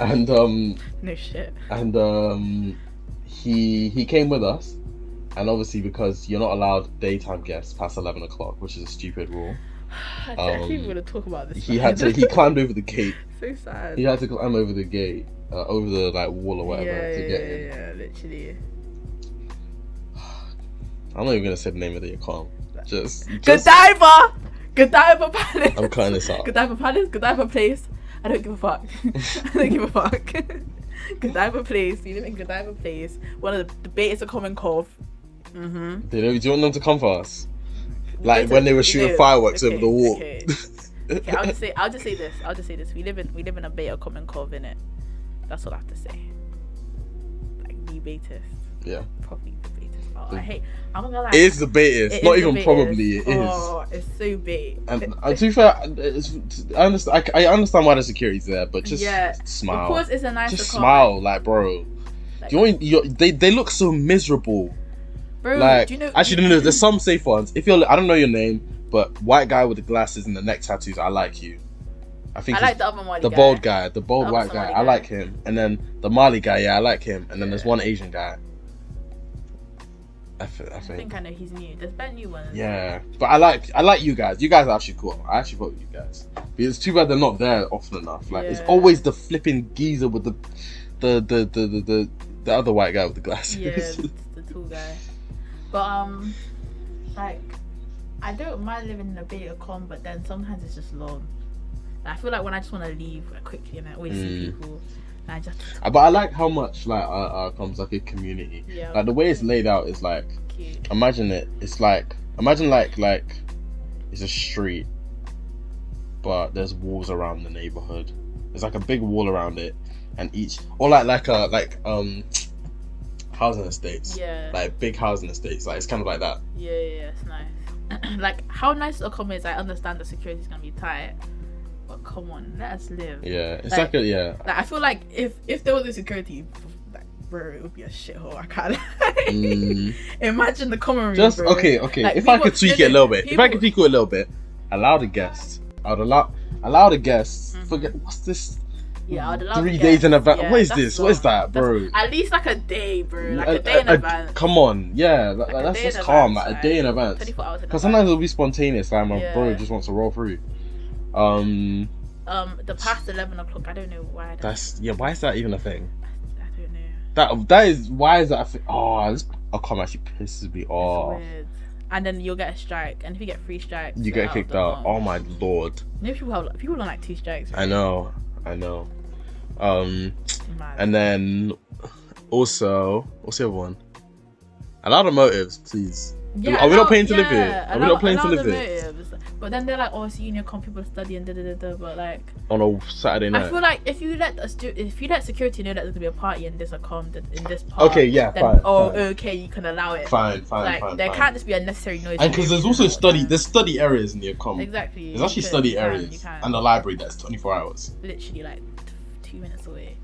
Speaker 4: and um
Speaker 3: No shit.
Speaker 4: and um he he came with us. And obviously, because you're not allowed daytime guests past eleven o'clock, which is a stupid rule,
Speaker 3: I actually
Speaker 4: Um,
Speaker 3: want to talk about this.
Speaker 4: he
Speaker 3: man.
Speaker 4: had to he climbed over the gate.
Speaker 3: so sad.
Speaker 4: He had to climb over the gate, uh, over the like wall or whatever to get in.
Speaker 3: yeah, literally.
Speaker 4: I'm not even gonna say the name of the account. Just, just
Speaker 3: Godiva! Godiva Palace!
Speaker 4: I'm cutting this out.
Speaker 3: Godiva Palace, Godiva Place. I don't give a fuck. I don't give a fuck. Godiva Place. You live in Godiva Place. One of the, the biggest of common cove. Mm-hmm.
Speaker 4: Did they, do you want them to come for us? Like when they were shooting fireworks over the wall.
Speaker 3: Okay. Okay, I'll just say I'll just say this. I'll just say this. We live in we live in a beta common cove in it. That's all I have to say. Like the betest.
Speaker 4: Yeah.
Speaker 3: Probably the betest. Oh, I hate I'm not gonna lie.
Speaker 4: It is the baitest.
Speaker 3: It
Speaker 4: Not
Speaker 3: is the
Speaker 4: even
Speaker 3: bait,
Speaker 4: probably. It is.
Speaker 3: Oh, it's so big.
Speaker 4: And, and to be fair, it's, I understand. I, I understand why the security's there, but just
Speaker 3: Yeah.
Speaker 4: smile.
Speaker 3: Of course, it's a nice.
Speaker 4: just
Speaker 3: account.
Speaker 4: smile, like bro.
Speaker 3: Like-
Speaker 4: Do you want, you they they look so miserable.
Speaker 3: Bro,
Speaker 4: like
Speaker 3: do you know?
Speaker 4: actually, no, no, there's some safe ones. If you're, I don't know your name, but white guy with the glasses and the neck tattoos, I like you. I think
Speaker 3: I
Speaker 4: he's
Speaker 3: like the other one.
Speaker 4: the bald guy, the bald
Speaker 3: Oh,
Speaker 4: white guy,
Speaker 3: Somali
Speaker 4: I
Speaker 3: guy.
Speaker 4: like him. And then the Mali guy, yeah, I like him. And then there's one Asian guy. I thi- I
Speaker 3: I
Speaker 4: think.
Speaker 3: think I know he's new. There's been new ones.
Speaker 4: Yeah, but I like I like you guys. You guys are actually cool. I actually vote with you guys. But it's too bad they're not there often enough. Like it's
Speaker 3: Yeah.
Speaker 4: always the flipping geezer with the the the the the, the, the other white guy with the glasses.
Speaker 3: Yeah, it's the tall guy. But um, like, I don't mind living in a beta con, but then sometimes it's just long. Like, I feel like when I just want to leave like, quickly and I always see
Speaker 4: Mm.
Speaker 3: people, and I just
Speaker 4: Uh, but I like how much like our, our comes like a community.
Speaker 3: yeah.
Speaker 4: Like the way it's laid out is like
Speaker 3: cute.
Speaker 4: imagine it. It's like imagine like like it's a street, but there's walls around the neighborhood. There's like a big wall around it, and each or like like a like um housing estates,
Speaker 3: Yeah.
Speaker 4: like big housing estates. Like it's kind of like that.
Speaker 3: Yeah, yeah, yeah, it's nice. like how nice the com is, I understand the security's gonna be tight, but come on, let us live.
Speaker 4: Yeah, it's like,
Speaker 3: Like-
Speaker 4: a yeah.
Speaker 3: Like I feel like if if there was a security, like bro, it would be a shithole. I can't.
Speaker 4: Mm,
Speaker 3: Imagine the common room.
Speaker 4: just
Speaker 3: bro.
Speaker 4: okay, okay.
Speaker 3: Like,
Speaker 4: if I
Speaker 3: people-
Speaker 4: could tweak
Speaker 3: no,
Speaker 4: it a
Speaker 3: no,
Speaker 4: little bit, if I could
Speaker 3: people-
Speaker 4: tweak it a little bit, allow the guests. I would allow allow the guests.
Speaker 3: Mhm.
Speaker 4: Forget what's this?
Speaker 3: Yeah, I'd love
Speaker 4: Three
Speaker 3: to
Speaker 4: days
Speaker 3: get-
Speaker 4: in advance.
Speaker 3: yeah,
Speaker 4: what is
Speaker 3: that's
Speaker 4: this? What is
Speaker 3: long.
Speaker 4: that,
Speaker 3: That's-
Speaker 4: bro?
Speaker 3: At least like a day, bro. Like
Speaker 4: A-
Speaker 3: a day in
Speaker 4: a- a-
Speaker 3: advance.
Speaker 4: Come on, yeah, like,
Speaker 3: Like
Speaker 4: like,
Speaker 3: a
Speaker 4: that's
Speaker 3: day
Speaker 4: just
Speaker 3: in
Speaker 4: calm,
Speaker 3: advance,
Speaker 4: like a day in advance.
Speaker 3: Twenty-four hours. in
Speaker 4: Because sometimes
Speaker 3: advance.
Speaker 4: it'll be spontaneous, like my bro
Speaker 3: Yeah.
Speaker 4: just wants to roll through. Um,
Speaker 3: um, the past eleven o'clock. I don't know why. That,
Speaker 4: that's yeah. Why is that even a thing?
Speaker 3: I don't know.
Speaker 4: oh, That that is why is that? A thing? Oh, this a calm actually pisses me
Speaker 3: Oh.
Speaker 4: off.
Speaker 3: It's weird. and then you'll get a strike. And if you get three strikes,
Speaker 4: You
Speaker 3: you're
Speaker 4: get
Speaker 3: of
Speaker 4: kicked
Speaker 3: the
Speaker 4: out.
Speaker 3: comp.
Speaker 4: Oh my lord.
Speaker 3: Maybe people have people on like two strikes.
Speaker 4: I know. I know. Um,
Speaker 3: Mad.
Speaker 4: and then also, what's the other one? Allow the motives, please. are we not paying to live here?
Speaker 3: yeah,
Speaker 4: Are we
Speaker 3: allow-
Speaker 4: not paying to
Speaker 3: allow
Speaker 4: live
Speaker 3: the
Speaker 4: here?
Speaker 3: motives. But then they're like, oh, it's union comp, people study and da da da da. But like,
Speaker 4: On a Saturday
Speaker 3: I
Speaker 4: night.
Speaker 3: feel like if you let us do, if you let security know that there's gonna be a party and there's a comp that- in this park,
Speaker 4: Okay, yeah,
Speaker 3: then
Speaker 4: fine,
Speaker 3: oh,
Speaker 4: fine.
Speaker 3: okay, you can allow it.
Speaker 4: Fine, fine,
Speaker 3: like
Speaker 4: fine.
Speaker 3: there
Speaker 4: fine.
Speaker 3: can't just be unnecessary noise.
Speaker 4: And because there's also
Speaker 3: Yeah.
Speaker 4: study, there's study areas in the E comp.
Speaker 3: Exactly.
Speaker 4: There's actually
Speaker 3: you
Speaker 4: study
Speaker 3: can, you
Speaker 4: areas
Speaker 3: can.
Speaker 4: and the library that's 24 hours.
Speaker 3: literally like t- two minutes away.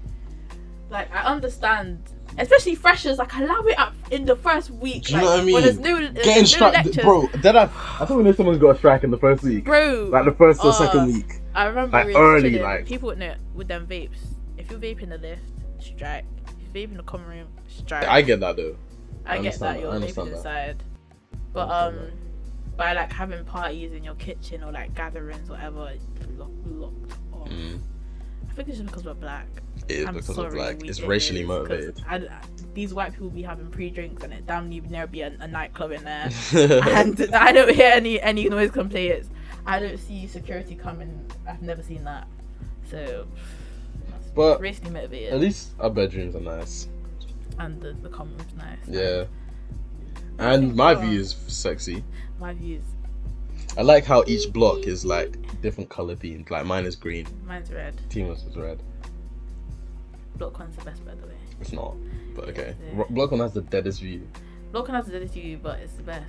Speaker 3: Like I understand, especially freshers. Like allow it up in the first week.
Speaker 4: Do you
Speaker 3: like,
Speaker 4: know what I
Speaker 3: When there's
Speaker 4: mean?
Speaker 3: no, there's
Speaker 4: Getting
Speaker 3: no
Speaker 4: struck,
Speaker 3: lectures.
Speaker 4: bro. Then I, I thought we knew someone got a strike in the first week,
Speaker 3: Bro,
Speaker 4: like the first or
Speaker 3: uh,
Speaker 4: second week.
Speaker 3: I remember
Speaker 4: like,
Speaker 3: really
Speaker 4: early,
Speaker 3: chilling.
Speaker 4: like-
Speaker 3: people would know with them vapes. If you vape in the lift, strike. If you vape in the common room, strike.
Speaker 4: I get that though. I
Speaker 3: I get
Speaker 4: understand
Speaker 3: that
Speaker 4: that,
Speaker 3: you're
Speaker 4: I
Speaker 3: vaping
Speaker 4: understand that.
Speaker 3: inside, but
Speaker 4: I
Speaker 3: um,
Speaker 4: understand
Speaker 3: by like having parties in your kitchen or like gatherings, whatever, lock, locked off. I think it's just because we're black.
Speaker 4: It is
Speaker 3: I'm
Speaker 4: Mm. because
Speaker 3: sorry,
Speaker 4: of like
Speaker 3: we-
Speaker 4: it's
Speaker 3: it
Speaker 4: racially
Speaker 3: is, 'cause
Speaker 4: motivated.
Speaker 3: I, I- these white people be having pre-drinks and it damn near there be a, a nightclub in there,
Speaker 4: and
Speaker 3: and I don't hear any any noise complaints. I don't see security coming. I've never seen that. So, that's
Speaker 4: But
Speaker 3: racially
Speaker 4: at
Speaker 3: motivated,
Speaker 4: least our bedrooms are nice.
Speaker 3: and the, the common room's nice.
Speaker 4: Yeah. And my view is sexy.
Speaker 3: My views,
Speaker 4: I like how each block is like different color themed. Like mine is green,
Speaker 3: mine's red.
Speaker 4: Tima's is red.
Speaker 3: Block one's the best, by the way.
Speaker 4: It's not, but okay.
Speaker 3: Yeah.
Speaker 4: Ro- Block one has the deadest view.
Speaker 3: Block one has the to you, but it's the best.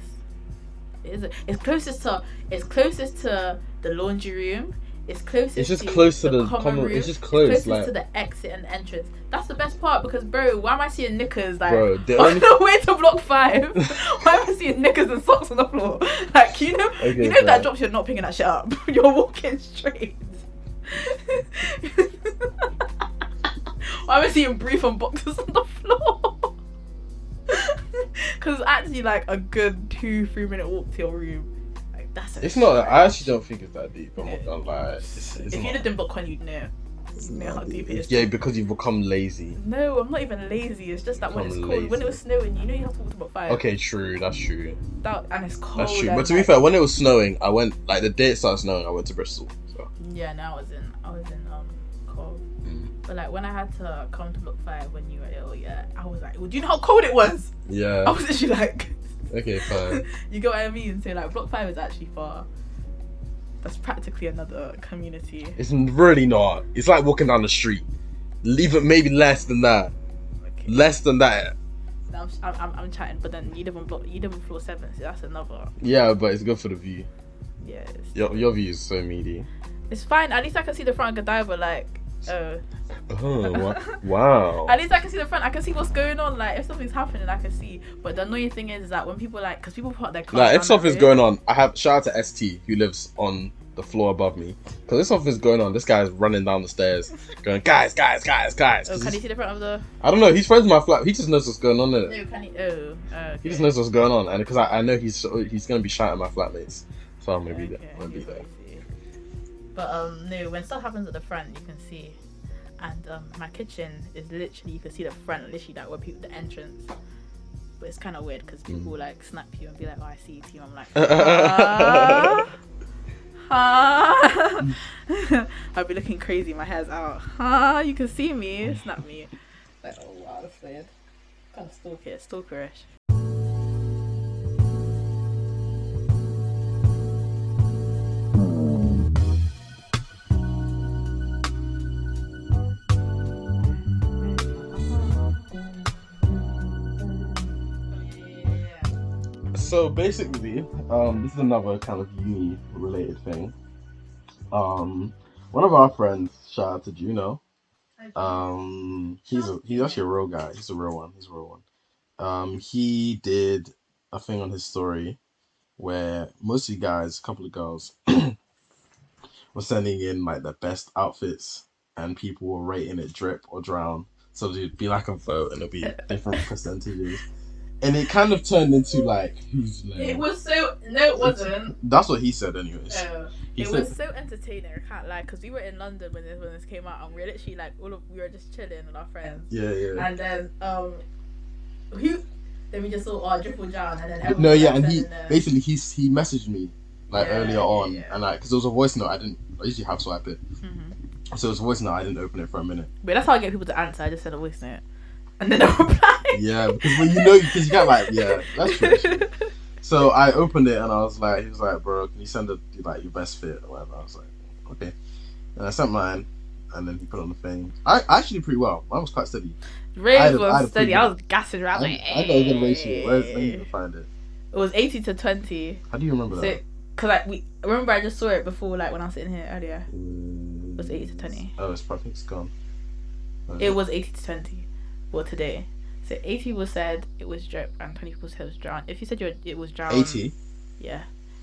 Speaker 3: It is. It's closest to. It's closest to the laundry room. It's closest.
Speaker 4: It's just
Speaker 3: to
Speaker 4: close to
Speaker 3: the,
Speaker 4: the
Speaker 3: common
Speaker 4: common.
Speaker 3: room.
Speaker 4: It's just close.
Speaker 3: closest
Speaker 4: Like
Speaker 3: to the exit and entrance. That's the best part because, bro, why am I seeing knickers like
Speaker 4: bro, the
Speaker 3: on
Speaker 4: only
Speaker 3: the way to block five? why am I seeing knickers and socks on the floor? Like you know,
Speaker 4: Okay,
Speaker 3: you know if
Speaker 4: fair.
Speaker 3: that drops. You're not picking that shit up. You're walking straight. why am I seeing brief and boxes on the floor? Because actually, like a good two, three minute walk to your room. Like that's. a
Speaker 4: It's not.
Speaker 3: stretch.
Speaker 4: I actually don't think it's that deep. I'm
Speaker 3: Yeah.
Speaker 4: not gonna lie. It's, it's
Speaker 3: if you
Speaker 4: not.
Speaker 3: lived in Bokwan, you'd know.
Speaker 4: it's
Speaker 3: You know
Speaker 4: not
Speaker 3: how deep it is.
Speaker 4: Yeah, because you've become lazy.
Speaker 3: No, I'm not even lazy. It's just that when it's
Speaker 4: Become
Speaker 3: cold, when it was
Speaker 4: lazy.
Speaker 3: snowing, you know you have to walk to about five.
Speaker 4: Okay, true. That's true.
Speaker 3: That, and it's cold.
Speaker 4: That's true.
Speaker 3: and
Speaker 4: But to be
Speaker 3: like-
Speaker 4: fair, when it was snowing, I went like the day it started snowing, I went to Bristol. So
Speaker 3: Yeah, no, I was in. I was in um cold.
Speaker 4: Mm.
Speaker 3: But like when I had to come to block five when you were ill, yeah, I was like, well, do you know how cold it was? I
Speaker 4: yeah.
Speaker 3: was actually like,
Speaker 4: Okay, fine.
Speaker 3: you get what I mean? So like block five is actually far. That's practically another community.
Speaker 4: It's really not. It's like walking down the street. Even maybe less than that.
Speaker 3: Okay.
Speaker 4: Less than that.
Speaker 3: I'm, I'm, I'm, I'm chatting, but then you live on block, you live on floor seven, so that's another.
Speaker 4: Yeah, but it's good for the view.
Speaker 3: Yeah, it's,
Speaker 4: Your, your view is so meaty.
Speaker 3: it's fine. At least I can see the front of Godiva. Like, oh.
Speaker 4: Oh wa- wow.
Speaker 3: At least I can see the front. I can see what's going on. Like if something's happening, I can see. But the annoying thing is that when people like, because people park their cars.
Speaker 4: Like
Speaker 3: down
Speaker 4: if stuff
Speaker 3: that
Speaker 4: is
Speaker 3: road,
Speaker 4: going on, I have shout out to ST who lives on the floor above me. Cause this stuff is going on. This guy's running down the stairs, going guys, guys, guys, guys. 'Cause
Speaker 3: Oh, can you
Speaker 4: he's-
Speaker 3: see the front of the?
Speaker 4: I don't know. He's friends with my flat. He just knows what's going on there.
Speaker 3: No, can he? Oh, oh, okay.
Speaker 4: He just knows what's going on, and because I, I know he's he's gonna be shouting at my flatmates, so I'm gonna be there. I'm gonna be there.
Speaker 3: But um, no. When stuff happens at the front, you can see. And um, my kitchen is literally you can see the front, literally like where people the entrance. But it's kind of weird because people will, like snap you and be like, "Oh, I see you, team." I'm like, huh? huh? I'll be looking crazy. My hair's out. Huh? You can see me. Snap me. Like, oh wow, that's weird. Kind of stalker, stalkerish.
Speaker 4: So basically, um, this is another kind of uni related thing. Um, one of our friends, shout out to Juno. Um, he's a, he's actually a real guy. He's a real one. He's a real one. Um, he did a thing on his story where mostly guys, a couple of girls, were sending in like their best outfits, and people were rating it drip or drown. So it'd be like a vote, and it'd be different percentages. And it kind of turned into like who's
Speaker 3: It
Speaker 4: lame.
Speaker 3: was so no, it wasn't.
Speaker 4: That's what he said, anyways.
Speaker 3: Oh.
Speaker 4: He
Speaker 3: it
Speaker 4: said-
Speaker 3: was so entertaining. I can't lie, because we were in London when this when this came out, and we were literally like all of we were just chilling with our friends,
Speaker 4: yeah, yeah.
Speaker 3: and then um, who Then we just saw our Dripple John, and then everyone
Speaker 4: No,
Speaker 3: was
Speaker 4: yeah,
Speaker 3: like
Speaker 4: and he
Speaker 3: sending their-
Speaker 4: basically he's he messaged me like
Speaker 3: Yeah,
Speaker 4: earlier
Speaker 3: yeah,
Speaker 4: on,
Speaker 3: yeah.
Speaker 4: and like because there was a voice note I didn't I usually have swipe it, so it was a voice note I didn't open it for a minute.
Speaker 3: Mm-hmm. Wait, that's how I get people to answer. I just send a voice note, and then they reply.
Speaker 4: Yeah, because when you know because you got like yeah that's true. actually. So I opened it and I was like, he was like, bro, can you send a, like your best fit or whatever? I was like, okay. And I sent mine, and then he put it on the thing. I I actually did pretty well. Mine was quite steady. I had
Speaker 3: Raves
Speaker 4: a- I had
Speaker 3: was
Speaker 4: a
Speaker 3: steady.
Speaker 4: pretty-
Speaker 3: I was gassing around.
Speaker 4: I-
Speaker 3: like,
Speaker 4: I got a good ratio. Where's, let me
Speaker 3: "Eh."
Speaker 4: even find it.
Speaker 3: It was eighty to twenty.
Speaker 4: How do you remember
Speaker 3: So,
Speaker 4: that?
Speaker 3: cause like we remember, I just saw it before, like when I was sitting here earlier. It was eighty to twenty.
Speaker 4: Oh, it's probably it's gone. Uh,
Speaker 3: It was 80 to 20 for today. So 80 was said it was drip and 20 people said it was drown. If you said you're, it was drown.
Speaker 4: 80.
Speaker 3: Yeah.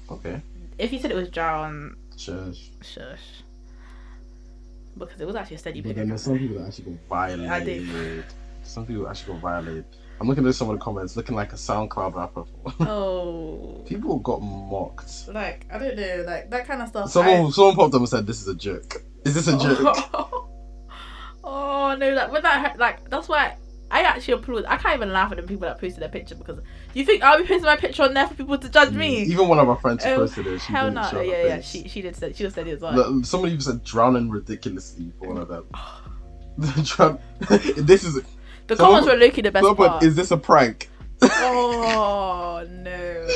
Speaker 4: Okay.
Speaker 3: If you said it was drown,
Speaker 4: Shush.
Speaker 3: shush. Because it was actually a steady
Speaker 5: But
Speaker 3: pick.
Speaker 5: then there's some people that actually go.
Speaker 3: I
Speaker 4: Violated.
Speaker 3: did.
Speaker 4: Some people actually got violated. I'm looking at some of the comments, looking like a SoundCloud rapper.
Speaker 3: Oh.
Speaker 4: people got mocked.
Speaker 3: Like, I don't know. Like, that kind of stuff.
Speaker 4: Someone, someone popped up and said, "This is a joke. Is this a joke?"
Speaker 3: Oh, no, like when that hurt, like that's why I actually applaud. I can't even laugh at the people that posted their picture because you think I'll be posting my picture on there for people to judge me?
Speaker 4: Mm, Even one of our friends
Speaker 3: Oh,
Speaker 4: posted it. She
Speaker 3: Hell
Speaker 4: didn't
Speaker 3: no!
Speaker 4: show her
Speaker 3: Yeah, yeah.
Speaker 4: face.
Speaker 3: She she did say she was steady as well.
Speaker 4: Look, somebody even said drowning ridiculously for one of them. Drown- this is
Speaker 3: the
Speaker 4: someone-
Speaker 3: comments were looking the best
Speaker 4: someone,
Speaker 3: part.
Speaker 4: is this a prank?
Speaker 3: oh no!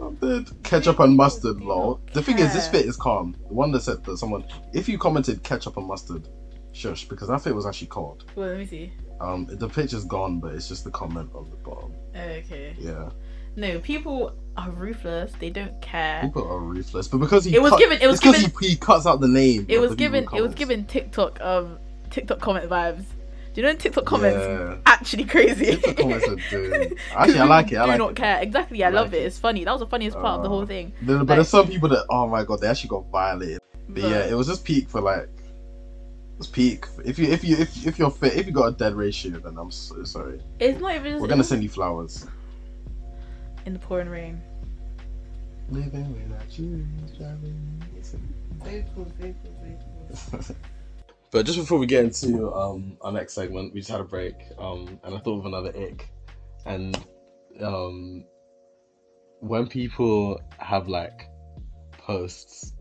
Speaker 4: I'm dead. Ketchup and mustard,
Speaker 3: Do
Speaker 4: lol.
Speaker 3: not
Speaker 4: The thing is, this
Speaker 3: care.
Speaker 4: fit is calm. The one that said that someone, if you commented ketchup and mustard, shush, because that fit was actually cold.
Speaker 3: Well, let me see.
Speaker 4: Um, the picture's gone, but it's just the comment on the bottom.
Speaker 3: Okay.
Speaker 4: Yeah,
Speaker 3: No, people are ruthless. They don't care.
Speaker 4: people are ruthless, but because he
Speaker 3: It was
Speaker 4: cut-
Speaker 3: given. It was
Speaker 4: it's 'cause
Speaker 3: given.
Speaker 4: he, he cuts out the name.
Speaker 3: It
Speaker 4: of
Speaker 3: was
Speaker 4: the people
Speaker 3: given. It was
Speaker 4: comments.
Speaker 3: given TikTok um TikTok comment vibes. Do you know TikTok comments
Speaker 4: Yeah.
Speaker 3: actually crazy?
Speaker 4: It's the comments that do. Actually, I like it. I
Speaker 3: do
Speaker 4: like
Speaker 3: not
Speaker 4: it.
Speaker 3: care. Exactly, I,
Speaker 4: I
Speaker 3: love
Speaker 4: like
Speaker 3: it. It's funny. That was the funniest part of the
Speaker 4: Uh,
Speaker 3: whole thing.
Speaker 4: There- But
Speaker 3: Like-
Speaker 4: there's some people that, oh my god, they actually got violated. But, yeah,
Speaker 3: But-
Speaker 4: it was just peak for like, it was peak. If you if you if, if you're fit, if you got a dead ratio, then I'm so sorry.
Speaker 3: it's not even.
Speaker 4: We're gonna send you flowers.
Speaker 3: in the pouring rain.
Speaker 4: Living without you, driving. But just before we get into um, our next segment, we just had a break, um, and I thought of another ick, and um, when people have like posts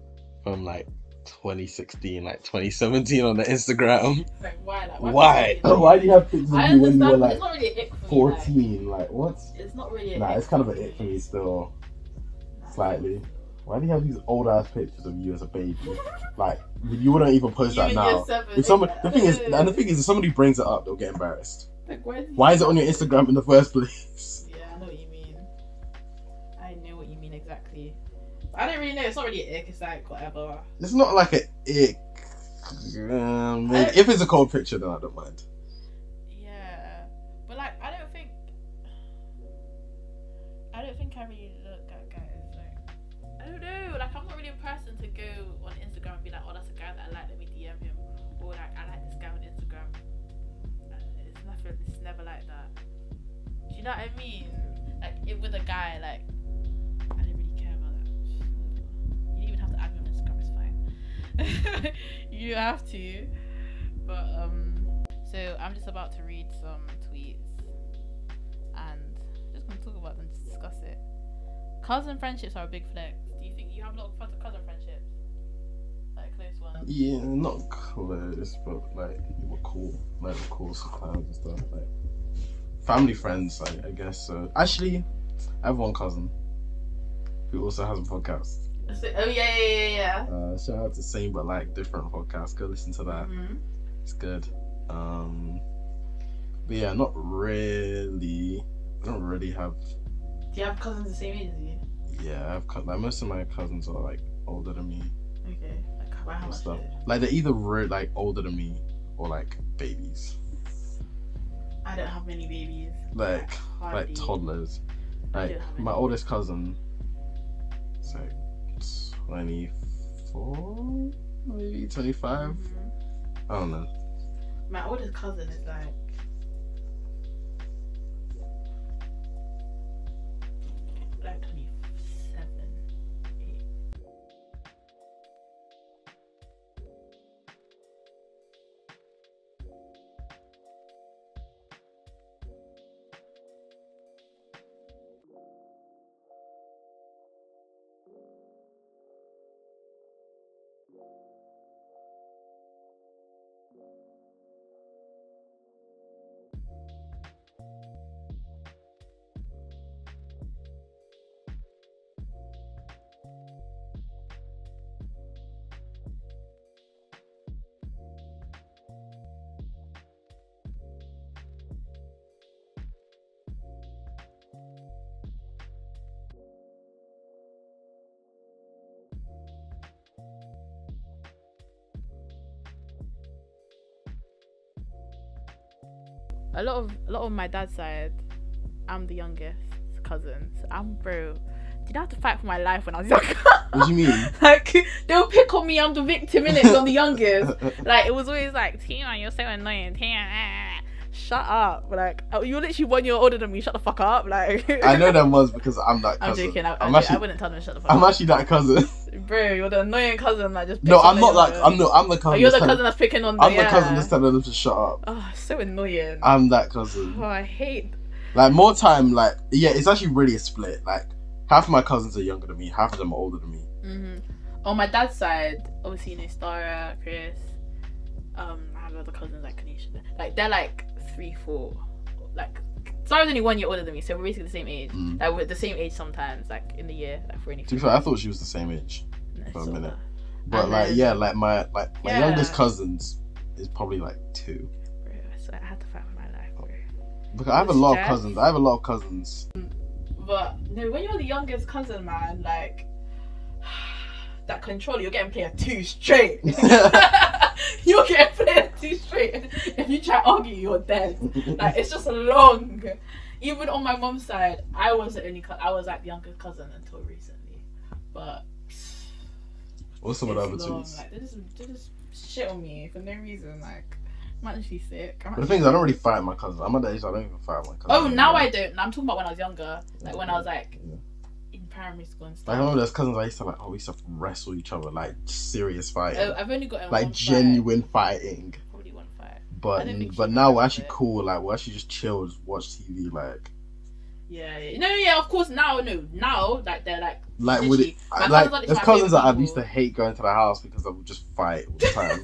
Speaker 4: from like 2016, like 2017 on their Instagram,
Speaker 3: Like why? Like,
Speaker 4: why?
Speaker 3: people-
Speaker 4: Why do you have pictures
Speaker 3: I
Speaker 4: of you when
Speaker 3: understand.
Speaker 4: you were
Speaker 3: but
Speaker 4: like
Speaker 3: it's not really an ick for me. Like,
Speaker 4: 14? Like what?
Speaker 3: it's not really. An
Speaker 4: Nah,
Speaker 3: ick
Speaker 4: it's kind of
Speaker 3: for
Speaker 4: an ick for me still, slightly. Why do you have these old ass pictures of you as a baby? Like you wouldn't even post
Speaker 3: You
Speaker 4: that
Speaker 3: and
Speaker 4: now.
Speaker 3: your seven-
Speaker 4: If someone, the thing is, and the thing is, if somebody brings it up, they'll get embarrassed.
Speaker 3: Like, why,
Speaker 4: Why is it on your Instagram in the first place?
Speaker 3: Yeah, I know what you mean. I know what you mean exactly. I don't really know. It's not really an ick. It's like whatever.
Speaker 4: It's not like an ick. Um,
Speaker 3: I don't-
Speaker 4: if it's a cold picture, then I don't mind.
Speaker 3: Yeah, but like I don't think. I don't think I really look at guys like. I don't know. Like I'm not really a person to go on Instagram and be like, oh, that's a guy that I like. Let me DM him. Or like I like this guy on Instagram. Like, It's nothing. It's never like that. Do you know what I mean? Like it with a guy, like I didn't really care about that. You didn't even have to add me on Instagram. It's fine. you have to, but um. So I'm just about to read some tweets and just gonna talk about them to discuss it. Cousin friendships are a big flex. Do you think you have a lot of cous- cousin friendships? Like close ones?
Speaker 4: Yeah, not close, but like you were cool, like we're cool sometimes and stuff. Like family friends, like, I guess. So actually, I have one cousin who also has a podcast.
Speaker 3: So, oh yeah, yeah, yeah, yeah.
Speaker 4: Uh, shout out to Same But Like Different podcast. Go listen to that.
Speaker 3: Mhm.
Speaker 4: It's good. Um, but yeah, not really. I don't really have.
Speaker 3: Do you have cousins the same age as you?
Speaker 4: Yeah, I've cou- like most of my cousins are like older than me
Speaker 3: Okay. Like wow, how
Speaker 4: and
Speaker 3: much?
Speaker 4: stuff.
Speaker 3: is it?
Speaker 4: Like they're either re- like older than me or like babies,
Speaker 3: I don't have many babies.
Speaker 4: like
Speaker 3: Hardly.
Speaker 4: like toddlers.
Speaker 3: I
Speaker 4: Like
Speaker 3: don't have
Speaker 4: my
Speaker 3: any.
Speaker 4: oldest cousin, is like twenty four, maybe twenty five.
Speaker 3: Mhm.
Speaker 4: I don't know.
Speaker 3: My oldest cousin is like. Like 27. a lot of a lot of my dad's side, I'm the youngest cousin. So I'm bro. Did I have to fight for my life when I was younger?
Speaker 4: What do you mean?
Speaker 3: like they'll pick on me. I'm the victim in it. I'm the youngest. Like it was always like Tina, you're so annoying. Tina, ah, shut up. Like oh, you're literally one year older than me. Shut the fuck up. Like
Speaker 4: I know them ones because I'm that
Speaker 3: I'm
Speaker 4: cousin.
Speaker 3: joking. I, I,
Speaker 4: I'm
Speaker 3: do-
Speaker 4: actually-
Speaker 3: I wouldn't tell them to shut the fuck
Speaker 4: I'm
Speaker 3: up.
Speaker 4: actually that cousin.
Speaker 3: Bro, you're the annoying cousin that just.
Speaker 4: No,
Speaker 3: picks on
Speaker 4: I'm
Speaker 3: the
Speaker 4: not like
Speaker 3: younger.
Speaker 4: I'm no I'm the
Speaker 3: Oh,
Speaker 4: cousin.
Speaker 3: you're the
Speaker 4: that's
Speaker 3: cousin
Speaker 4: telling-
Speaker 3: that's picking on.
Speaker 4: I'm
Speaker 3: yeah.
Speaker 4: the cousin that's telling them to shut up.
Speaker 3: Oh, so annoying.
Speaker 4: I'm that cousin.
Speaker 3: oh, I hate.
Speaker 4: Like more time, like yeah, it's actually really a split. Like half of my cousins are younger than me, half of them are older than me.
Speaker 3: hmm On my dad's side, obviously, you know, Stara, Chris, um, I have other cousins like Kanisha. Like, they're like three, four. Like, Stara's only one year older than me, so we're basically the same age.
Speaker 4: Mm.
Speaker 3: Like, we're the same age sometimes, like in the year, like for
Speaker 4: To be
Speaker 3: anything.
Speaker 4: fair, I thought she was the same age. for a minute.
Speaker 3: uh,
Speaker 4: But
Speaker 3: And
Speaker 4: like
Speaker 3: then-
Speaker 4: yeah, like my like my
Speaker 3: Yeah.
Speaker 4: youngest cousins is probably like two.
Speaker 3: So I had to fight for my life, bro.
Speaker 4: Because I have a
Speaker 3: That's
Speaker 4: lot of
Speaker 3: fair.
Speaker 4: cousins. I have a lot of cousins.
Speaker 3: But no, when you're the youngest cousin, man, like that controller, you're getting player two straight. you're getting player two straight. If you try to argue, you're dead. Like it's just long. Even on my mom's side, I was the only. cou- I was like the youngest cousin until recently, but
Speaker 4: What's some of the
Speaker 3: it's
Speaker 4: other
Speaker 3: long.
Speaker 4: twos?
Speaker 3: Like they just, they just shit on me for no reason. Like I'm actually sick. I'm
Speaker 4: But the
Speaker 3: actually
Speaker 4: thing is, I don't really fight my cousins. I'm at that age. I don't even fight my cousins.
Speaker 3: Oh,
Speaker 4: anymore.
Speaker 3: now I don't. I'm talking about when I was younger, like when I was like
Speaker 4: Yeah.
Speaker 3: in primary school and
Speaker 4: Like, I
Speaker 3: stuff.
Speaker 4: remember there's cousins I used to like. Oh, we used to wrestle each other like serious fighting,
Speaker 3: Oh, I've only got in
Speaker 4: like
Speaker 3: one
Speaker 4: genuine fighting.
Speaker 3: Fight. Probably one fight. I
Speaker 4: But
Speaker 3: don't think she
Speaker 4: but now we're
Speaker 3: remembers
Speaker 4: actually
Speaker 3: it.
Speaker 4: cool. Like we're actually just chill, just watch TV. Like
Speaker 3: Yeah, yeah. No, yeah. Of course, now, no, now, like they're like.
Speaker 4: like would it like
Speaker 3: Literally, my cousins are literally
Speaker 4: there's
Speaker 3: my
Speaker 4: cousins that I
Speaker 3: favourite
Speaker 4: used to hate going to the house because I would just fight all the time,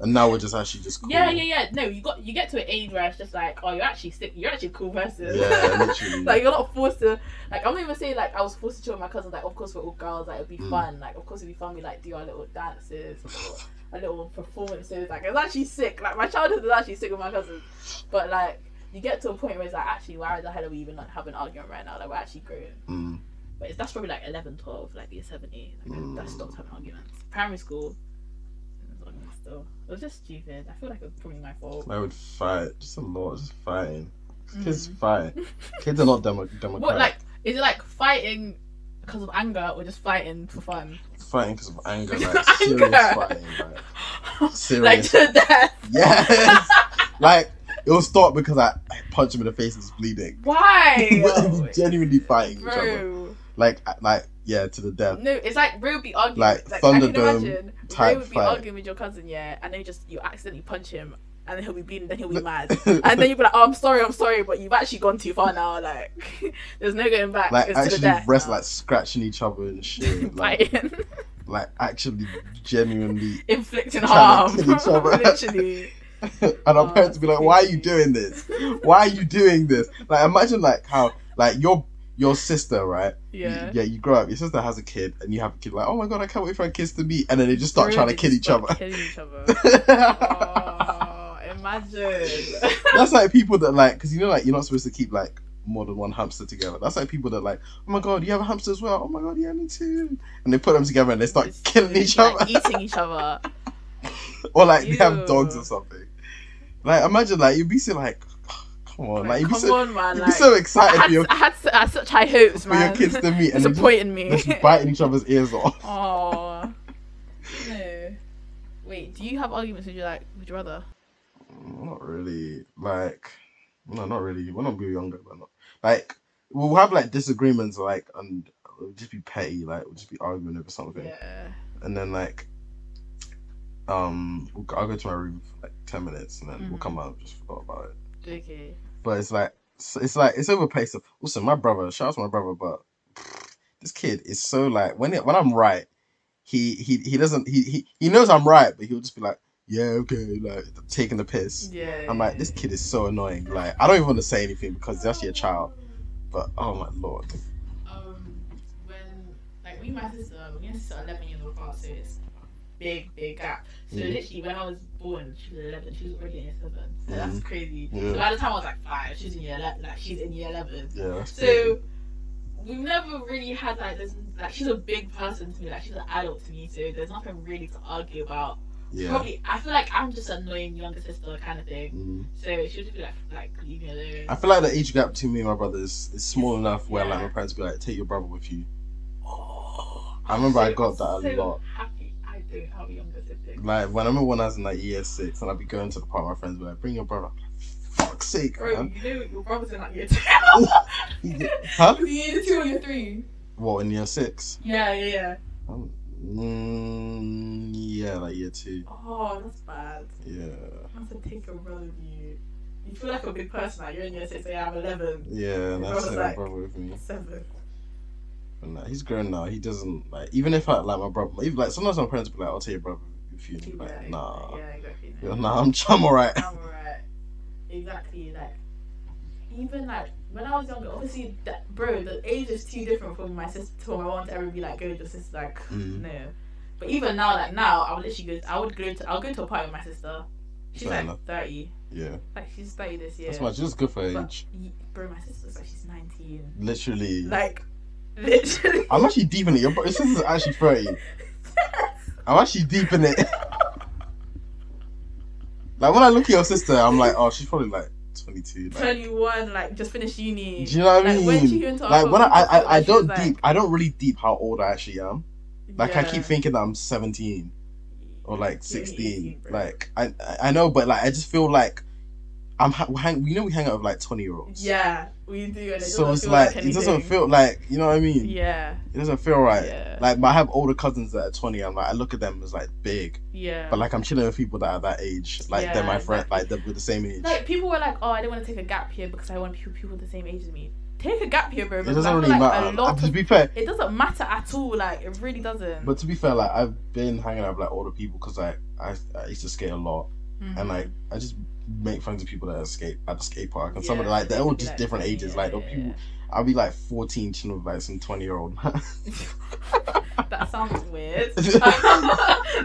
Speaker 4: and now we're just actually just cool.
Speaker 3: Yeah, yeah, yeah. No, you got you get to an age where it's just like, oh, you're actually sick. You're actually a cool person.
Speaker 4: Yeah, literally.
Speaker 3: like you're not forced to. Like I'm not even saying like I was forced to chill with my cousins. Like of course we're all girls. Like it'd be
Speaker 4: Mm.
Speaker 3: fun. Like of course it'd be fun. We like do our little dances, or our little performances. Like it's actually sick. Like my childhood is actually sick with my cousins. But like you get to a point where it's like actually why the hell are we even like, having an argument right now? Like we're actually growing.
Speaker 4: Mm.
Speaker 3: But it's, that's probably like 11, 12, like year 70. Like,
Speaker 4: Mm.
Speaker 3: That stopped having arguments. Primary school, it was arguments still. It was just stupid. I feel like it was probably my fault.
Speaker 4: I would fight just a lot, just fighting. Kids fight. Kids are not demo- democratic.
Speaker 3: Mm. What, like, is it like fighting because of anger or just fighting for fun?
Speaker 4: fighting because of anger,
Speaker 3: Because
Speaker 4: like
Speaker 3: of
Speaker 4: serious
Speaker 3: anger.
Speaker 4: fighting, like
Speaker 3: like,
Speaker 4: serious.
Speaker 3: to death.
Speaker 4: yes, like it will stop because I, I punch him in the face and he's bleeding.
Speaker 3: Why?
Speaker 4: We're genuinely fighting each other,
Speaker 3: Bro.
Speaker 4: like I- like yeah, to the death.
Speaker 3: No, it's like Ray would be arguing.
Speaker 4: Like
Speaker 3: Like, I can
Speaker 4: Thunderdome
Speaker 3: imagine. Ray
Speaker 4: type
Speaker 3: would be
Speaker 4: fight.
Speaker 3: arguing with your cousin, yeah, and then you just you accidentally punch him, and then he'll be bleeding, then he'll be mad, and then you'll be like, "Oh, I'm sorry, I'm sorry, but you've actually gone too far now. Like, there's no going back.
Speaker 4: like
Speaker 3: it's to the
Speaker 4: actually
Speaker 3: death
Speaker 4: rest
Speaker 3: now."
Speaker 4: like scratching each other and shit. like
Speaker 3: fighting,
Speaker 4: like actually genuinely.
Speaker 3: inflicting
Speaker 4: trying
Speaker 3: harm,
Speaker 4: to kill each other.
Speaker 3: literally.
Speaker 4: and our
Speaker 3: Oh,
Speaker 4: parents would be like, "Why are you
Speaker 3: crazy.
Speaker 4: doing this? Why are you doing this?" Like imagine like how like your your sister right You-
Speaker 3: Yeah.
Speaker 4: yeah you grow up your sister has a kid and you have a kid like oh my god i can't wait for our kids to meet and then they just start
Speaker 3: Bro,
Speaker 4: trying
Speaker 3: they
Speaker 4: to kill
Speaker 3: just
Speaker 4: each
Speaker 3: start
Speaker 4: other
Speaker 3: Killing each other.
Speaker 4: That's
Speaker 3: oh, imagine.
Speaker 4: like people that like, because you know, like you're not supposed to keep like more than one hamster together. That's like people that like, oh my god, you have a hamster as well. Oh my god, yeah, me too. And they put them together and they start
Speaker 3: It's-
Speaker 4: killing
Speaker 3: it's
Speaker 4: each
Speaker 3: like
Speaker 4: other,
Speaker 3: eating each other.
Speaker 4: or like they have dogs
Speaker 3: Ew.
Speaker 4: or something. Like imagine like you'd be so like, come on, like,
Speaker 3: Like,
Speaker 4: you'd be
Speaker 3: come
Speaker 4: so,
Speaker 3: on, man.
Speaker 4: you'd
Speaker 3: Like,
Speaker 4: be so
Speaker 3: I,
Speaker 4: excited
Speaker 3: had,
Speaker 4: for your
Speaker 3: I, had, I had such high hopes,
Speaker 4: for your
Speaker 3: man.
Speaker 4: kids to meet and they just,
Speaker 3: Disappointing
Speaker 4: they're just
Speaker 3: me.
Speaker 4: biting each other's ears off.
Speaker 3: Oh. No. Wait, do you have arguments with your like with your brother?
Speaker 4: Mm, Not really. Like, no, not really. When I'm younger, but not like we'll have like disagreements, like, and it'll just be petty, like we'll just be arguing over something,
Speaker 3: Yeah.
Speaker 4: and then like, um, we'll, go- I'll go to my room for like ten minutes, and then we'll
Speaker 3: Mhm.
Speaker 4: come out and just forgot about it.
Speaker 3: Okay.
Speaker 4: But it's like, so it's like it's over pace. Of, also, my brother, shout out to my brother, but this kid is so like when it, when I'm right, he he he doesn't he he, he knows I'm right, but he'll just be like, yeah, okay, like taking the piss.
Speaker 3: Yeah.
Speaker 4: I'm like, this kid is so annoying. Like, I don't even want to say anything because he's actually a child. But oh my lord,
Speaker 3: um, when like me and my sister, me and my sister are eleven years apart, so it's big, big gap. So
Speaker 4: Mm.
Speaker 3: literally when I was born, she was eleven, she was already in year seven. So that's crazy.
Speaker 4: Yeah.
Speaker 3: So by the time I was like five, she's in year eleven like she's in year eleven.
Speaker 4: yeah. That's
Speaker 3: So we've never really had like this like she's a big person to me, like she's an adult to me, so there's nothing really to argue about.
Speaker 4: yeah.
Speaker 3: Probably I feel like I'm just an annoying younger sister kind of thing.
Speaker 4: Mm.
Speaker 3: So she'll just be like like leave me alone.
Speaker 4: I feel like the age gap between me and my brother is, is small enough where like
Speaker 3: Yeah.
Speaker 4: my parents be like, take your brother with you. I remember I got that a
Speaker 3: so
Speaker 4: lot.
Speaker 3: Happy I do have younger siblings.
Speaker 4: Like when I remember when I was in like year six and I'd be going to the park, my friends would be like, bring your brother. I'm like, Fuck's sake,
Speaker 3: Bro,
Speaker 4: man.
Speaker 3: you know your brother's in like year two.
Speaker 4: Huh?
Speaker 3: Was he year two or year three?
Speaker 4: What in year six?
Speaker 3: Yeah, yeah, yeah.
Speaker 4: Um, mm, yeah, like year two.
Speaker 3: Oh, that's bad.
Speaker 4: Yeah,
Speaker 3: That's a take a brother of you. You feel like a big person, like you're in year six, and I'm 11,
Speaker 4: yeah.
Speaker 3: Your
Speaker 4: That's
Speaker 3: brother's
Speaker 4: it, my
Speaker 3: like-
Speaker 4: brother with me.
Speaker 3: 7.
Speaker 4: And, like, he's grown now. He doesn't like even if I like my brother. Even, like sometimes my parents be like, I'll tell your brother if you.
Speaker 3: Yeah,
Speaker 4: Like,
Speaker 3: exactly.
Speaker 4: nah,
Speaker 3: Yeah, exactly.
Speaker 4: yeah. nah, I'm I'm alright.
Speaker 3: I'm alright. Exactly, like, even like when I was younger, obviously, that, bro, the age is too different for my sister to my mom to ever be like, go with your sister, like,
Speaker 4: Mm.
Speaker 3: no. But even now, like, now, I would literally go, I would go to, I'll go to a party with my sister. She's
Speaker 4: Fair
Speaker 3: like
Speaker 4: enough.
Speaker 3: 30.
Speaker 4: Yeah,
Speaker 3: Like, she's 30 this year.
Speaker 4: that's much. Just good for
Speaker 3: But-
Speaker 4: age.
Speaker 3: Ye- Bro, my sister's like she's 19.
Speaker 4: Literally,
Speaker 3: Like, literally.
Speaker 4: I'm actually deep in it. Your bro- your sister's actually thirty. I'm actually deep in it. like when I look at your sister, I'm like, oh, she's probably like 22. Like,
Speaker 3: 21, like, just finished uni.
Speaker 4: Do you know what I
Speaker 3: Like,
Speaker 4: mean?
Speaker 3: when she went to our
Speaker 4: like when I, I,
Speaker 3: conference,
Speaker 4: I, I
Speaker 3: she
Speaker 4: don't
Speaker 3: was like-
Speaker 4: deep, I don't really deep how old I actually am. Like I
Speaker 3: Yeah.
Speaker 4: keep thinking that I'm 17 or like
Speaker 3: You're
Speaker 4: 16.
Speaker 3: 18, bro.
Speaker 4: like I, I- I know, but like I just feel like I'm ha- we hang. You know, we hang out with like 20 year olds.
Speaker 3: Yeah, we do. And it
Speaker 4: So
Speaker 3: doesn't
Speaker 4: it's
Speaker 3: feel
Speaker 4: like, it doesn't
Speaker 3: anything.
Speaker 4: feel like you know what I mean.
Speaker 3: Yeah,
Speaker 4: It doesn't feel right.
Speaker 3: Yeah.
Speaker 4: Like but I have older cousins that are 20. I'm like I look at them as like big,
Speaker 3: yeah.
Speaker 4: but like I'm chilling with people that are that age. Like they're
Speaker 3: Yeah,
Speaker 4: my friend.
Speaker 3: exactly.
Speaker 4: Like they're we're the same age.
Speaker 3: Like, people were like, oh, I do not want to take a gap year because I want people, people the same age as me. Take a gap year, bro.
Speaker 4: it
Speaker 3: because
Speaker 4: doesn't
Speaker 3: I feel
Speaker 4: really
Speaker 3: like
Speaker 4: matter.
Speaker 3: A lot
Speaker 4: to
Speaker 3: of,
Speaker 4: be fair,
Speaker 3: it doesn't matter at all. Like, it really doesn't.
Speaker 4: But to be fair, like I've been hanging out with like older people because like I, I used to skate a lot
Speaker 3: Mhm.
Speaker 4: and like I just make friends with people that skate at the skate park and some of
Speaker 3: Yeah,
Speaker 4: the, like they're all
Speaker 3: could be,
Speaker 4: just
Speaker 3: like,
Speaker 4: different
Speaker 3: 20,
Speaker 4: ages.
Speaker 3: yeah,
Speaker 4: Like the
Speaker 3: yeah,
Speaker 4: people, I'll be like fourteen chilling with like some twenty year old. Not
Speaker 3: yeah. That sounds weird.
Speaker 4: in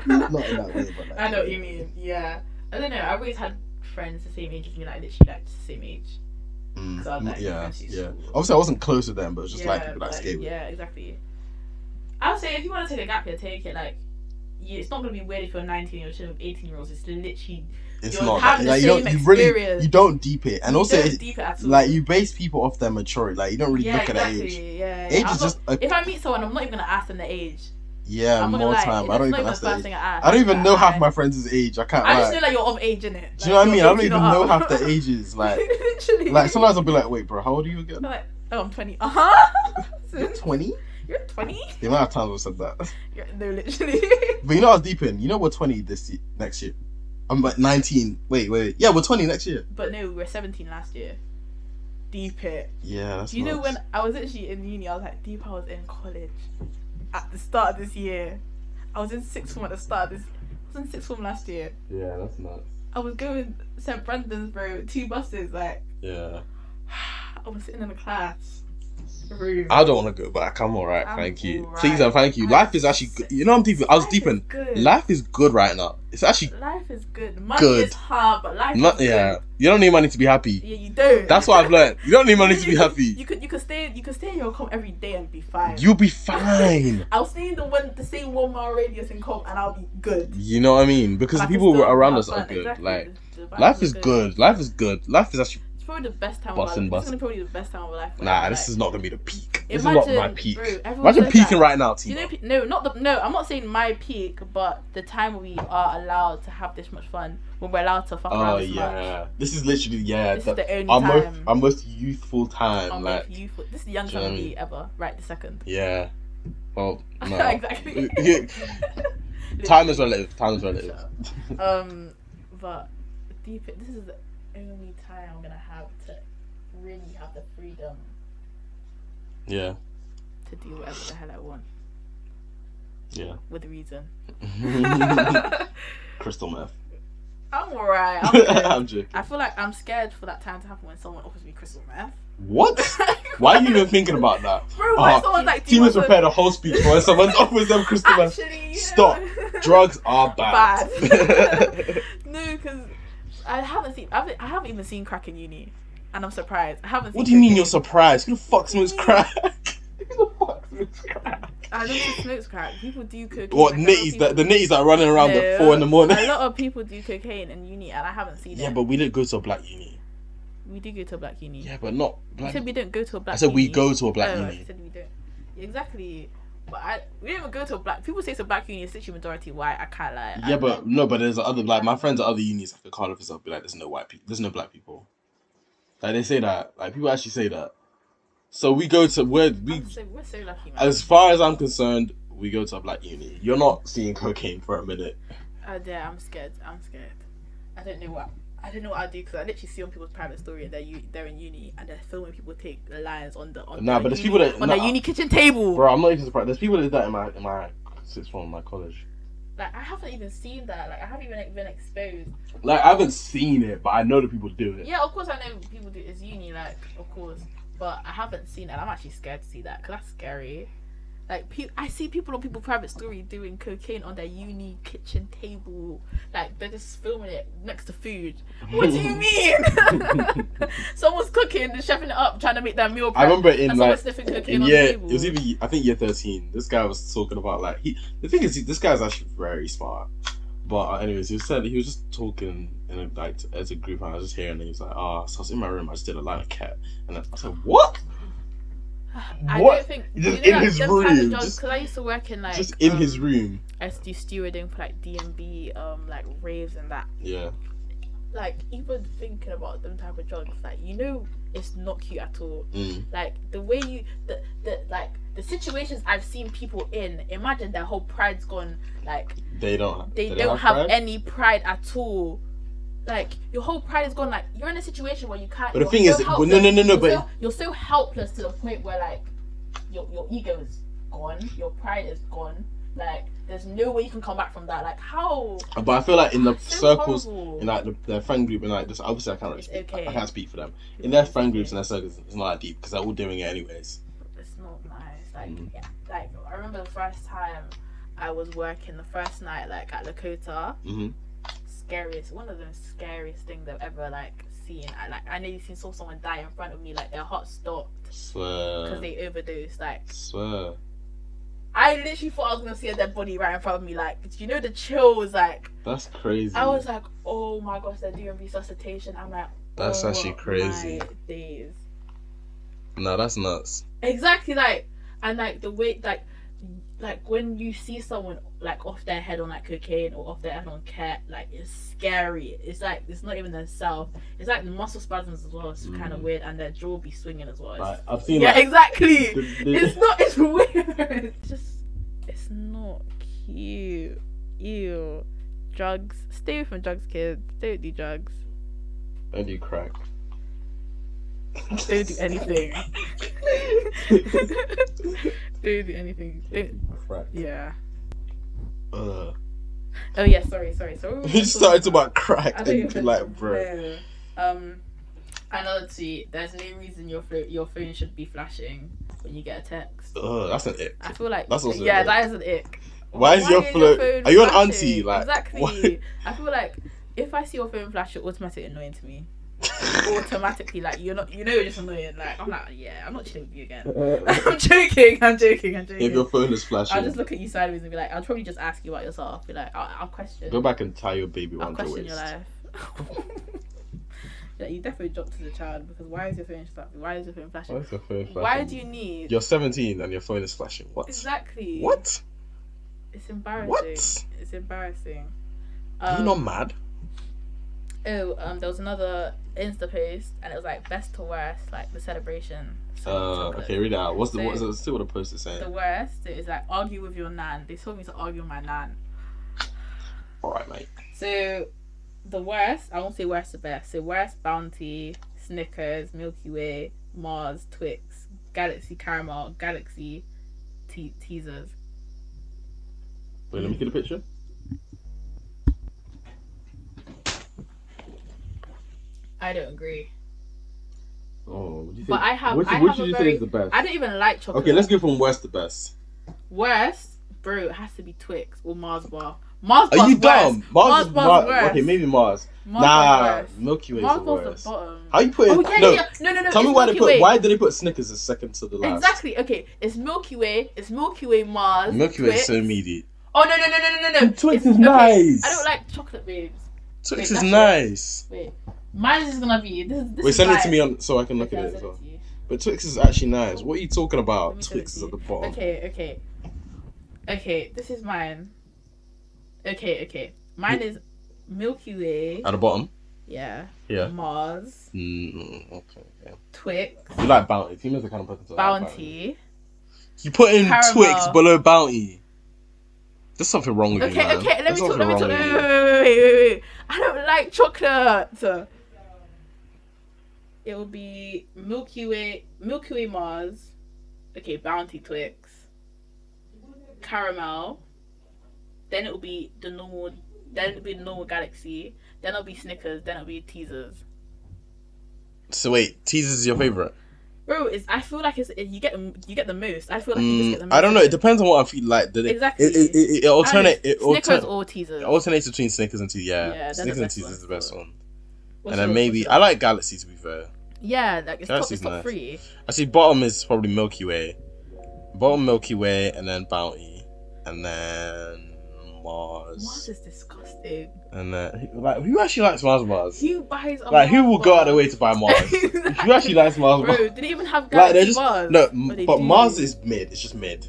Speaker 4: that way, but like,
Speaker 3: I know what you mean. Yeah. I don't know. I've always had friends the same age as me, like literally like the same age.
Speaker 4: Mm,
Speaker 3: So I'm, like,
Speaker 4: yeah,
Speaker 3: friends who's
Speaker 4: yeah.
Speaker 3: cool.
Speaker 4: Obviously, I wasn't close with them, but it was just like
Speaker 3: Yeah,
Speaker 4: people that I
Speaker 3: but,
Speaker 4: skate with.
Speaker 3: Yeah, exactly. I would say if you want to take a gap year, take it. Like, you, it's not gonna be weird if you're 19 or chilling with 18 year olds. It's literally
Speaker 4: It's
Speaker 3: You'll
Speaker 4: not
Speaker 3: have
Speaker 4: like,
Speaker 3: the
Speaker 4: like, you don't.
Speaker 3: same
Speaker 4: You really
Speaker 3: experience.
Speaker 4: you don't deep it, and
Speaker 3: you
Speaker 4: also
Speaker 3: don't
Speaker 4: it,
Speaker 3: deep it at all.
Speaker 4: like you base people off their maturity. Like you don't really
Speaker 3: yeah,
Speaker 4: look
Speaker 3: exactly.
Speaker 4: at age.
Speaker 3: Yeah, yeah.
Speaker 4: Age
Speaker 3: I'm
Speaker 4: is
Speaker 3: not-
Speaker 4: just a,
Speaker 3: If I meet someone, I'm not even gonna ask them the age.
Speaker 4: yeah
Speaker 3: I'm not
Speaker 4: more
Speaker 3: gonna lie,
Speaker 4: time.
Speaker 3: it's
Speaker 4: I don't even
Speaker 3: not even
Speaker 4: ask
Speaker 3: the first
Speaker 4: the
Speaker 3: thing
Speaker 4: age.
Speaker 3: I ask.
Speaker 4: I don't even know half
Speaker 3: I-
Speaker 4: my friends' age. I can't.
Speaker 3: I
Speaker 4: lie.
Speaker 3: just know like you're of age in it.
Speaker 4: Do you know what I mean? I don't even know half the ages. Like,
Speaker 3: Literally.
Speaker 4: like sometimes I'll be like, wait, bro, how old are you again?
Speaker 3: I'm like, oh, I'm 20. Uh huh.
Speaker 4: You're 20?
Speaker 3: You're 20?
Speaker 4: The amount of times I've said that.
Speaker 3: You're, no, literally.
Speaker 4: But you know, I was deep in. You know, we're 20 this year, next year. I'm like 19. Wait, wait, wait. Yeah, we're 20 next year.
Speaker 3: but no, we were 17 last year. Deep it.
Speaker 4: Yeah, that's
Speaker 3: Do you know
Speaker 4: nuts.
Speaker 3: when I was actually in uni, I was like, deep, I was in college at the start of this year. I was in sixth form at the start of this I was in sixth form last year.
Speaker 4: Yeah, that's nuts.
Speaker 3: I was going St. Brendan's, bro, two buses. Like,
Speaker 4: Yeah.
Speaker 3: I was sitting in a class room.
Speaker 4: I don't want to go back. I'm all right.
Speaker 3: I'm
Speaker 4: thank you.
Speaker 3: all right.
Speaker 4: Please and thank you.
Speaker 3: I'm
Speaker 4: Life is actually good. You know, I'm deep in. I was
Speaker 3: Life
Speaker 4: deep
Speaker 3: is
Speaker 4: in.
Speaker 3: Good.
Speaker 4: Life is good right now. It's actually
Speaker 3: Life is good. Money
Speaker 4: Good.
Speaker 3: is hard, but life
Speaker 4: not.
Speaker 3: is
Speaker 4: Yeah.
Speaker 3: good.
Speaker 4: You don't need money to be happy.
Speaker 3: Yeah, you don't.
Speaker 4: That's what I've learned. You don't need money to be
Speaker 3: You could-
Speaker 4: happy.
Speaker 3: You could you could stay you could stay in your comp every day and be fine.
Speaker 4: You'll be fine.
Speaker 3: I'll stay in the one the same one mile radius in comp and I'll be good.
Speaker 4: You know what I mean? Because the
Speaker 3: Life is
Speaker 4: people
Speaker 3: still
Speaker 4: around
Speaker 3: hard,
Speaker 4: us are
Speaker 3: but
Speaker 4: good.
Speaker 3: exactly,
Speaker 4: Like
Speaker 3: the- the vibe
Speaker 4: life is good. Life is good. Life is actually
Speaker 3: It's probably the best time
Speaker 4: Bussin'
Speaker 3: of my life.
Speaker 4: bus.
Speaker 3: It's gonna probably be the best time of my life.
Speaker 4: nah.
Speaker 3: Like,
Speaker 4: This is not gonna be the peak. This is not my
Speaker 3: imagine-
Speaker 4: peak.
Speaker 3: bro, everyone
Speaker 4: imagine
Speaker 3: says
Speaker 4: peaking
Speaker 3: that.
Speaker 4: right now,
Speaker 3: Do you
Speaker 4: Tina.
Speaker 3: know, pe- no, not the no. I'm not saying my peak, but the time we are allowed to have this much fun when we're allowed to fuck
Speaker 4: oh
Speaker 3: around this
Speaker 4: yeah.
Speaker 3: much.
Speaker 4: This is literally yeah.
Speaker 3: This
Speaker 4: the-
Speaker 3: is the only
Speaker 4: our
Speaker 3: time.
Speaker 4: most our most youthful time.
Speaker 3: I'm
Speaker 4: like
Speaker 3: with you for this is the youngest
Speaker 4: Do you know
Speaker 3: I'll
Speaker 4: what I
Speaker 3: be ever. Right, the second.
Speaker 4: yeah. Well, no.
Speaker 3: Exactly.
Speaker 4: Yeah, time is relative. Time is relative.
Speaker 3: um, but deep. This is the only time I'm gonna have to really have the freedom
Speaker 4: Yeah.
Speaker 3: to do whatever the hell I want.
Speaker 4: Yeah.
Speaker 3: with reason.
Speaker 4: Crystal meth.
Speaker 3: I'm alright. I'm good.
Speaker 4: I'm joking.
Speaker 3: I feel like I'm scared for that time to happen when someone offers me crystal meth.
Speaker 4: What? Why are you even thinking about that?
Speaker 3: Bro, when
Speaker 4: Oh,
Speaker 3: someone's like, do you
Speaker 4: Team has
Speaker 3: want some-
Speaker 4: prepared a whole speech for when someone offers them crystal meth.
Speaker 3: Actually, yeah.
Speaker 4: Stop. Drugs are bad.
Speaker 3: Bad. no, because I haven't seen. I haven't, I haven't even seen crack in uni, and I'm surprised. I haven't.
Speaker 4: what do
Speaker 3: seen
Speaker 4: you mean
Speaker 3: crack
Speaker 4: you're surprised? Who the fuck smokes crack? Who the fuck smokes crack?
Speaker 3: in- I don't think Ah, smokes crack. People do cocaine.
Speaker 4: What
Speaker 3: Like, a lot of
Speaker 4: nitties that the
Speaker 3: people-
Speaker 4: nitties that are running around at
Speaker 3: No.
Speaker 4: four in the morning?
Speaker 3: A lot of people do cocaine in uni, and I haven't seen
Speaker 4: Yeah,
Speaker 3: it.
Speaker 4: but we didn't go to a black uni.
Speaker 3: we do go to a black uni.
Speaker 4: Yeah, but not
Speaker 3: I
Speaker 4: black.
Speaker 3: said we don't go to a black.
Speaker 4: I said we
Speaker 3: uni.
Speaker 4: go to a black
Speaker 3: oh, I
Speaker 4: uni.
Speaker 3: said we don't. Exactly. But I, we don't even go to a black. People say it's a black uni. It's literally majority white. I can't lie.
Speaker 4: Yeah, but no, but there's other like my friends at other unis like the Cardiff I'll be like, there's no white people, there's no black people. Like they say that, like people actually say that. So we go to where we,
Speaker 3: I'm so, we're so lucky, man.
Speaker 4: as far as I'm concerned, we go to a black uni. You're not seeing cocaine for a minute.
Speaker 3: Oh dear, I'm scared. I'm scared. I don't know what I don't know what I do because I literally see on people's private story and they're u- they're in uni and they're filming people take lines on the on
Speaker 4: Nah,
Speaker 3: the
Speaker 4: but there's
Speaker 3: uni,
Speaker 4: people that-
Speaker 3: on
Speaker 4: nah.
Speaker 3: the uni kitchen table.
Speaker 4: Bro, I'm not even surprised. There's people that did that in my in my sixth form, in my college.
Speaker 3: Like I haven't even seen that. Like I haven't even like, been exposed.
Speaker 4: Like I haven't seen it, but I know that people do it.
Speaker 3: Yeah, of course I know people do it's uni. Like of course, but I haven't seen that. I'm actually scared to see that because that's scary. Like pe- I see people on people's private story doing cocaine on their uni kitchen table. Like they're just filming it next to food. What do you mean? Someone's cooking and chefing it up, trying to make their meal.
Speaker 4: I
Speaker 3: prep,
Speaker 4: remember in
Speaker 3: and
Speaker 4: like
Speaker 3: someone's sniffing
Speaker 4: in
Speaker 3: cocaine on
Speaker 4: year,
Speaker 3: the
Speaker 4: it
Speaker 3: table.
Speaker 4: was even I think year thirteen. This guy was talking about like he. The thing is, he, this guy's actually very smart. But uh, anyways, he was said he was just talking in a, like t- as a group, and I was just hearing. And he was like, "Ah, so I was in my room. I just did a line of cat." And I was like, "What?
Speaker 3: I
Speaker 4: what?
Speaker 3: don't think
Speaker 4: Just
Speaker 3: you
Speaker 4: in
Speaker 3: know, like,
Speaker 4: his
Speaker 3: them kind
Speaker 4: room,
Speaker 3: of jobs
Speaker 4: just-
Speaker 3: because I used to work in like
Speaker 4: just in
Speaker 3: um,
Speaker 4: his room?"
Speaker 3: I used to do stewarding for like DMB, um, like raves and that.
Speaker 4: Yeah,
Speaker 3: like even thinking about them type of drugs, like you know, it's not cute at all.
Speaker 4: mm.
Speaker 3: Like the way you, the the like the situations I've seen people in. Imagine their whole pride's gone. Like
Speaker 4: they don't.
Speaker 3: they, don't have,
Speaker 4: pride.
Speaker 3: any pride at all. Like your whole pride is gone. Like you're in a situation where you can't.
Speaker 4: But the
Speaker 3: you're
Speaker 4: thing
Speaker 3: so
Speaker 4: is, well,
Speaker 3: helpless.
Speaker 4: no, no, no, no.
Speaker 3: You're
Speaker 4: But
Speaker 3: so, you're so helpless to the point where like your your ego is gone. Your pride is gone. Like there's no way you can come back from that. Like how?
Speaker 4: but I feel like in the
Speaker 3: So
Speaker 4: circles
Speaker 3: horrible.
Speaker 4: in like the, their friend group and like this obviously I can't really
Speaker 3: It's
Speaker 4: speak,
Speaker 3: okay.
Speaker 4: I can't speak for them in their friend groups and their circles it's not that deep because they're all doing it anyways
Speaker 3: it's not nice. Like,
Speaker 4: Mm.
Speaker 3: yeah, like I remember the first time I was working the first night, like at Lakota.
Speaker 4: Mhm.
Speaker 3: Scariest, one of the scariest things I've ever like seen. I like, I nearly seen saw someone die in front of me. Like their heart stopped because
Speaker 4: swear
Speaker 3: they overdosed. Like
Speaker 4: swear
Speaker 3: I literally thought I was gonna see a dead body right in front of me. Like, do you know the chills? Like
Speaker 4: that's crazy
Speaker 3: I was like, oh my gosh, they're doing resuscitation. I'm like,
Speaker 4: That's
Speaker 3: oh
Speaker 4: actually
Speaker 3: my
Speaker 4: crazy.
Speaker 3: Days.
Speaker 4: no that's nuts
Speaker 3: Exactly, like and like the way like like when you see someone like off their head on like cocaine or off their head on cat, like it's scary. It's like it's not even their self. It's like the muscle spasms as well. It's kind of
Speaker 4: Mm.
Speaker 3: weird, and their jaw be swinging as well. It's-
Speaker 4: Like, I've seen
Speaker 3: yeah,
Speaker 4: like,
Speaker 3: exactly.
Speaker 4: the- the-
Speaker 3: It's not. It's weird. It's just. It's not cute. Ew. Drugs. Stay away from drugs, kids. Don't do drugs.
Speaker 4: don't do crack
Speaker 3: Don't do anything. don't do anything. Don't.
Speaker 4: crack
Speaker 3: Yeah.
Speaker 4: Ugh.
Speaker 3: Oh yeah, sorry, sorry, sorry.
Speaker 4: he started talking about crack
Speaker 3: I
Speaker 4: and
Speaker 3: thought you
Speaker 4: you'd be
Speaker 3: were-
Speaker 4: like bro
Speaker 3: No. Um, another tweet. There's no reason your flo- your phone should be flashing when you get a text.
Speaker 4: Ugh, that's an it
Speaker 3: I feel like
Speaker 4: That's also
Speaker 3: yeah,
Speaker 4: weird.
Speaker 3: that is an ick.
Speaker 4: Why is your flo-
Speaker 3: phone
Speaker 4: are you an
Speaker 3: flashing?
Speaker 4: auntie? Like,
Speaker 3: exactly.
Speaker 4: why-
Speaker 3: I feel like if I see your phone flash, you're automatically annoying to me. automatically, like you're not, you know, you're just annoying. Like I'm like, yeah, I'm not chilling with you again. I'm joking. I'm joking. I'm joking.
Speaker 4: if your phone is
Speaker 3: I'll just
Speaker 4: flashing
Speaker 3: look at you sideways and be like, I'll probably just ask you about yourself. Be like, I'll, I'll question.
Speaker 4: go back and tie your baby
Speaker 3: I'll
Speaker 4: around your
Speaker 3: question
Speaker 4: waist
Speaker 3: your life. yeah, you definitely dropped as a child because why is your phone stuck? Why is your phone flashing?
Speaker 4: why is your phone flashing
Speaker 3: Why do you need
Speaker 4: you're 17 and your phone is flashing what
Speaker 3: exactly?
Speaker 4: what
Speaker 3: It's embarrassing.
Speaker 4: What?
Speaker 3: It's embarrassing.
Speaker 4: are you
Speaker 3: Um,
Speaker 4: not mad
Speaker 3: oh, um, there was another Insta post and it was like best to worst, like the celebration. So
Speaker 4: Uh,
Speaker 3: chocolate.
Speaker 4: okay, read it out. What's the
Speaker 3: So-
Speaker 4: what's the, see what the post is
Speaker 3: The
Speaker 4: saying?
Speaker 3: worst is like argue with your nan. They told me to argue with my nan.
Speaker 4: All right, mate.
Speaker 3: So the worst, I won't say worst the best. So worst Bounty, Snickers, Milky Way, Mars, Twix, Galaxy Caramel, Galaxy te- teasers.
Speaker 6: Wait, let me get a picture.
Speaker 3: I don't agree.
Speaker 6: Oh, what do you think?
Speaker 3: But I have-
Speaker 6: Which,
Speaker 3: I
Speaker 6: which
Speaker 3: have a
Speaker 6: did you
Speaker 3: very-
Speaker 6: say is the best?
Speaker 3: I don't even like chocolate.
Speaker 6: Okay, let's go from worst to best.
Speaker 3: Worst, bro, it has to be Twix or Mars bar. Mars
Speaker 6: Are
Speaker 3: bar's
Speaker 6: you
Speaker 3: worse.
Speaker 6: dumb?
Speaker 3: Mars
Speaker 6: is
Speaker 3: bar's
Speaker 6: Mar-
Speaker 3: worse.
Speaker 6: Okay, maybe Mars.
Speaker 3: Mars
Speaker 6: nah,
Speaker 3: bar's worse.
Speaker 6: Milky Way's
Speaker 3: Mars
Speaker 6: the
Speaker 3: bar's
Speaker 6: worst.
Speaker 3: the bottom.
Speaker 6: How you put?
Speaker 3: Oh
Speaker 6: it?
Speaker 3: yeah,
Speaker 6: no,
Speaker 3: yeah, no, no, no.
Speaker 6: Tell
Speaker 3: it's
Speaker 6: me why
Speaker 3: Milky
Speaker 6: they put.
Speaker 3: Way.
Speaker 6: Why did they put Snickers as second to the last?
Speaker 3: Exactly. Okay, it's Milky Way. It's Milky Way Mars.
Speaker 4: Milky Way is so
Speaker 3: Twix.
Speaker 4: meaty.
Speaker 3: Oh no no no no no no no!
Speaker 6: Twix
Speaker 3: It's-
Speaker 6: is nice.
Speaker 3: I don't like chocolate babes.
Speaker 4: Twix
Speaker 3: Wait,
Speaker 4: is
Speaker 3: that's-
Speaker 4: nice.
Speaker 3: Wait, mine is just gonna be this. is- this
Speaker 6: Wait,
Speaker 3: is
Speaker 6: send it to
Speaker 3: live.
Speaker 6: me on so I can look
Speaker 3: Okay,
Speaker 6: at
Speaker 3: I'll
Speaker 6: it as
Speaker 3: send it
Speaker 6: well.
Speaker 3: to you.
Speaker 6: But Twix is actually nice. What are you talking
Speaker 3: Let
Speaker 6: about?
Speaker 3: me send
Speaker 6: Twix
Speaker 3: it
Speaker 6: is
Speaker 3: to
Speaker 6: at the
Speaker 3: you.
Speaker 6: bottom.
Speaker 3: Okay, okay, okay. This is mine. Okay, okay. Mine is Milky Way.
Speaker 4: At the bottom.
Speaker 3: Yeah.
Speaker 4: Yeah.
Speaker 3: Mars,
Speaker 4: Mm, okay. yeah.
Speaker 3: Twix,
Speaker 4: You like Bounty. Females are kind of person to like
Speaker 3: Bounty.
Speaker 4: You put in
Speaker 3: Caramel.
Speaker 4: Twix below Bounty. There's something wrong with you.
Speaker 3: Okay,
Speaker 4: man.
Speaker 3: okay. Let
Speaker 4: There's
Speaker 3: me talk.
Speaker 4: something
Speaker 3: Let me
Speaker 4: wrong
Speaker 3: talk.
Speaker 4: with
Speaker 3: Wait,
Speaker 4: you.
Speaker 3: wait, wait, wait, wait. I don't like chocolate. It will be Milky Way, Milky Way Mars. Okay, Bounty Twix, caramel. Then it will be the normal. Then it'll be the normal Galaxy. Then it'll be Snickers. Then it'll be teasers.
Speaker 4: So wait, teasers is your favorite?
Speaker 3: Bro, it's, I feel like it's you get you get the most. I feel like you just get the
Speaker 4: Mm,
Speaker 3: most.
Speaker 4: I don't know. It depends on what I feel like. Did it,
Speaker 3: Exactly.
Speaker 4: It, it, it, it alternate. It,
Speaker 3: Snickers
Speaker 4: altern-
Speaker 3: or teasers.
Speaker 4: it alternates between Snickers and teasers. Yeah,
Speaker 3: Yeah, they're the
Speaker 4: Snickers and
Speaker 3: best
Speaker 4: teasers is the
Speaker 3: ones,
Speaker 4: best
Speaker 3: but-
Speaker 4: one.
Speaker 3: What's
Speaker 4: and then
Speaker 3: yours?
Speaker 4: maybe
Speaker 3: What's
Speaker 4: I
Speaker 3: yours?
Speaker 4: like Galaxy to be fair.
Speaker 3: Yeah, like it's top,
Speaker 4: Galaxy's
Speaker 3: it's top
Speaker 4: nice.
Speaker 3: three.
Speaker 4: Actually, bottom is probably Milky Way. Bottom Milky Way, and then Bounty, and then Mars,
Speaker 3: Mars is disgusting.
Speaker 4: and then like who actually likes Mars bars?
Speaker 3: Who buys a
Speaker 4: Like who
Speaker 3: Mars
Speaker 4: will go out
Speaker 3: bar?
Speaker 4: of their way to buy Mars?
Speaker 3: Exactly.
Speaker 4: who actually likes Mars
Speaker 3: Bro,
Speaker 4: bars?
Speaker 3: did they even have
Speaker 4: Like they're
Speaker 3: Galaxy
Speaker 4: just
Speaker 3: bars?
Speaker 4: no,
Speaker 3: Oh, they
Speaker 4: m- but
Speaker 3: do.
Speaker 4: Mars is mid. It's just mid.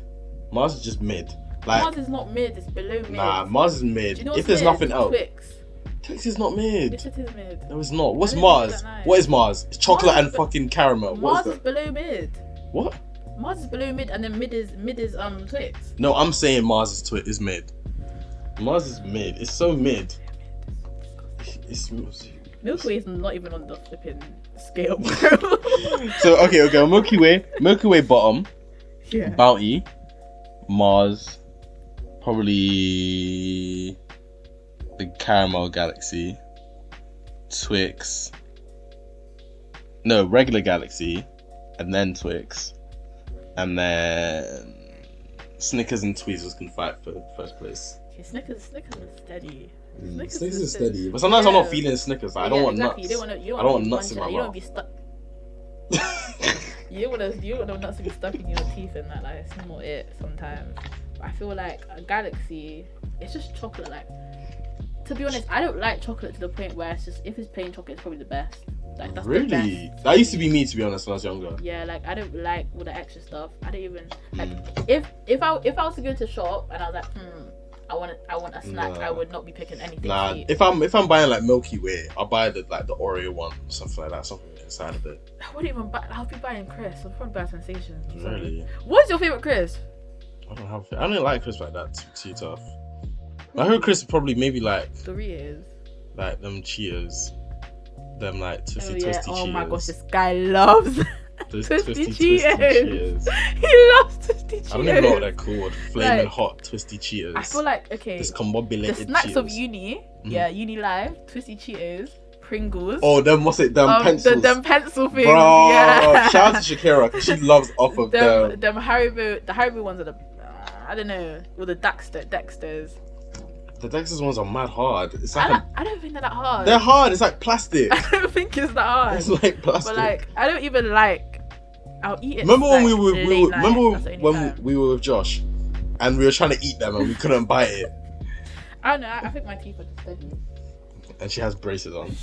Speaker 4: Mars is just mid. Like
Speaker 3: Mars is not mid. It's below mid.
Speaker 4: nah, Mars is
Speaker 3: Do
Speaker 4: mid.
Speaker 3: you know
Speaker 4: if
Speaker 3: what's
Speaker 4: there's
Speaker 3: mid?
Speaker 4: nothing else,
Speaker 3: Twix.
Speaker 4: Twix is not
Speaker 3: Yes,
Speaker 4: mid.
Speaker 3: it is mid.
Speaker 4: No, it's not. What's
Speaker 3: I didn't know
Speaker 4: Mars?
Speaker 3: that night.
Speaker 4: What is Mars? It's chocolate
Speaker 3: Mars
Speaker 4: and
Speaker 3: is-
Speaker 4: fucking caramel. What
Speaker 3: Mars
Speaker 4: is
Speaker 3: is
Speaker 4: that?
Speaker 3: below mid.
Speaker 4: What?
Speaker 3: Mars is below mid, and then mid is mid is um Twix.
Speaker 4: No, I'm saying Mars is twi- is mid. Mars is mid. It's so mid. It's, it's-
Speaker 3: Milky Way is not even on the flipping scale, bro.
Speaker 4: so okay, okay. Milky Way, Milky Way bottom,
Speaker 3: yeah.
Speaker 4: Bounty, E, Mars, probably the Caramel Galaxy, Twix. No, regular Galaxy, and then Twix, and then Snickers and Tweezers can fight for first place.
Speaker 3: Okay, Snickers, Snickers is steady.
Speaker 5: Mm,
Speaker 3: Snickers
Speaker 5: Snickers
Speaker 3: is
Speaker 5: is steady.
Speaker 4: But sometimes I'm not
Speaker 3: Yeah.
Speaker 4: feeling Snickers. Like, I don't
Speaker 3: Yeah,
Speaker 4: want
Speaker 3: exactly.
Speaker 4: nuts.
Speaker 3: You don't want to. You
Speaker 4: I
Speaker 3: don't,
Speaker 4: don't want
Speaker 3: want
Speaker 4: nuts
Speaker 3: nuts
Speaker 4: in my
Speaker 3: You don't
Speaker 4: mouth.
Speaker 3: be stuck. You don't want to. You don't want nuts to be stuck in your teeth and that. Like it's not it sometimes. But I feel like a galaxy. It's just chocolate. Like to be honest, I don't like chocolate to the point where it's just if it's plain chocolate, it's probably the best. Like that's The best.
Speaker 4: really? That used to be me, to be honest, when I was younger.
Speaker 3: Yeah, like I don't like all the extra stuff. I don't even like if if I if I was to go to shop and I was like, hmm, I want a, I want a snack.
Speaker 4: Nah.
Speaker 3: I would not be picking anything.
Speaker 4: Nah,
Speaker 3: sweet.
Speaker 4: if I'm if I'm buying like Milky Way, I'll buy the like the Oreo one, something like that, something inside of it.
Speaker 3: I wouldn't even buy. I'll be buying crisps. I'll probably buy sensations. or something.
Speaker 4: Really?
Speaker 3: What's your favorite crisp?
Speaker 4: I don't have. I don't like crisps like that. Too, too tough. My favorite crisp is probably maybe like
Speaker 3: Doritos.
Speaker 4: like them Cheetos, them like twisty
Speaker 3: oh yeah.
Speaker 4: twisty
Speaker 3: Oh
Speaker 4: Cheetos.
Speaker 3: my gosh, this guy loves.
Speaker 4: Those
Speaker 3: Twisty
Speaker 4: twisty
Speaker 3: Cheetos.
Speaker 4: Cheetos.
Speaker 3: he loves twisty Cheetos.
Speaker 4: I don't even know what they're called. Flaming
Speaker 3: Like,
Speaker 4: hot twisty Cheetos.
Speaker 3: I feel like okay.
Speaker 4: this
Speaker 3: The
Speaker 4: combobulated
Speaker 3: snacks
Speaker 4: Cheetos.
Speaker 3: of uni. Yeah, uni life. Twisty Cheetos. Pringles.
Speaker 4: Oh, them what's it? Them
Speaker 3: um,
Speaker 4: pencils.
Speaker 3: The, them pencil things.
Speaker 4: Bro,
Speaker 3: yeah.
Speaker 4: shout out to Shakira 'cause she loves off of
Speaker 3: them,
Speaker 4: them.
Speaker 3: them Haribo. The Haribo ones are the. uh, I don't know. Or the Dexter, Dexters.
Speaker 4: The Texas ones are mad hard. It's
Speaker 3: I
Speaker 4: like
Speaker 3: don't,
Speaker 4: a,
Speaker 3: I don't think they're that hard.
Speaker 4: they're hard. It's like plastic.
Speaker 3: I don't think it's that hard.
Speaker 4: It's like plastic.
Speaker 3: But like, I don't even like. I'll eat it.
Speaker 4: remember when we
Speaker 3: like,
Speaker 4: were, we
Speaker 3: late
Speaker 4: were
Speaker 3: night,
Speaker 4: remember
Speaker 3: that's the only
Speaker 4: when
Speaker 3: time.
Speaker 4: we, we were with Josh, and we were trying to eat them and we couldn't bite it,
Speaker 3: I don't know. I, I think my teeth are just steady.
Speaker 4: and she has braces on.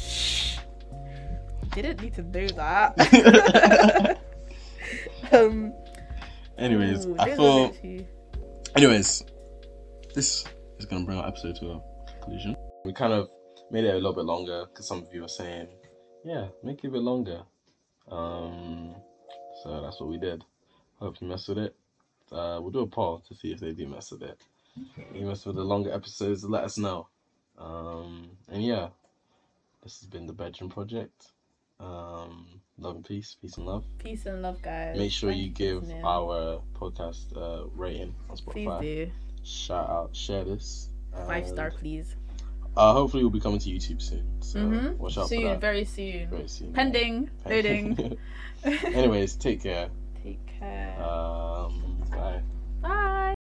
Speaker 3: Didn't need to do that. um.
Speaker 4: Anyways,
Speaker 3: ooh,
Speaker 4: I
Speaker 3: those are
Speaker 4: thought.
Speaker 3: literally-
Speaker 4: Anyways, this is gonna bring our episode to a conclusion. We kind of made it a little bit longer because some of you are saying, "Yeah, make it a bit longer." Um, so that's what we did. Hope you messed with it. Uh, we'll do a poll to see if they do mess with it. If you mess with the longer episodes, let us know. Um, and yeah, this has been the Bedroom Project. Um, love and peace, peace and love.
Speaker 3: Peace and love, guys.
Speaker 4: Make sure
Speaker 3: Thank
Speaker 4: you give
Speaker 3: for listening.
Speaker 4: our podcast uh, rating on Spotify
Speaker 3: Please do.
Speaker 4: shout out, share this.
Speaker 3: Five
Speaker 4: and,
Speaker 3: star, please.
Speaker 4: Uh, hopefully, we'll be coming to YouTube soon. So
Speaker 3: Mhm.
Speaker 4: watch out for
Speaker 3: Soon,
Speaker 4: that.
Speaker 3: very soon.
Speaker 4: Very soon.
Speaker 3: Pending, loading.
Speaker 4: Anyways, take care. Uh,
Speaker 3: Take care.
Speaker 4: Um, bye.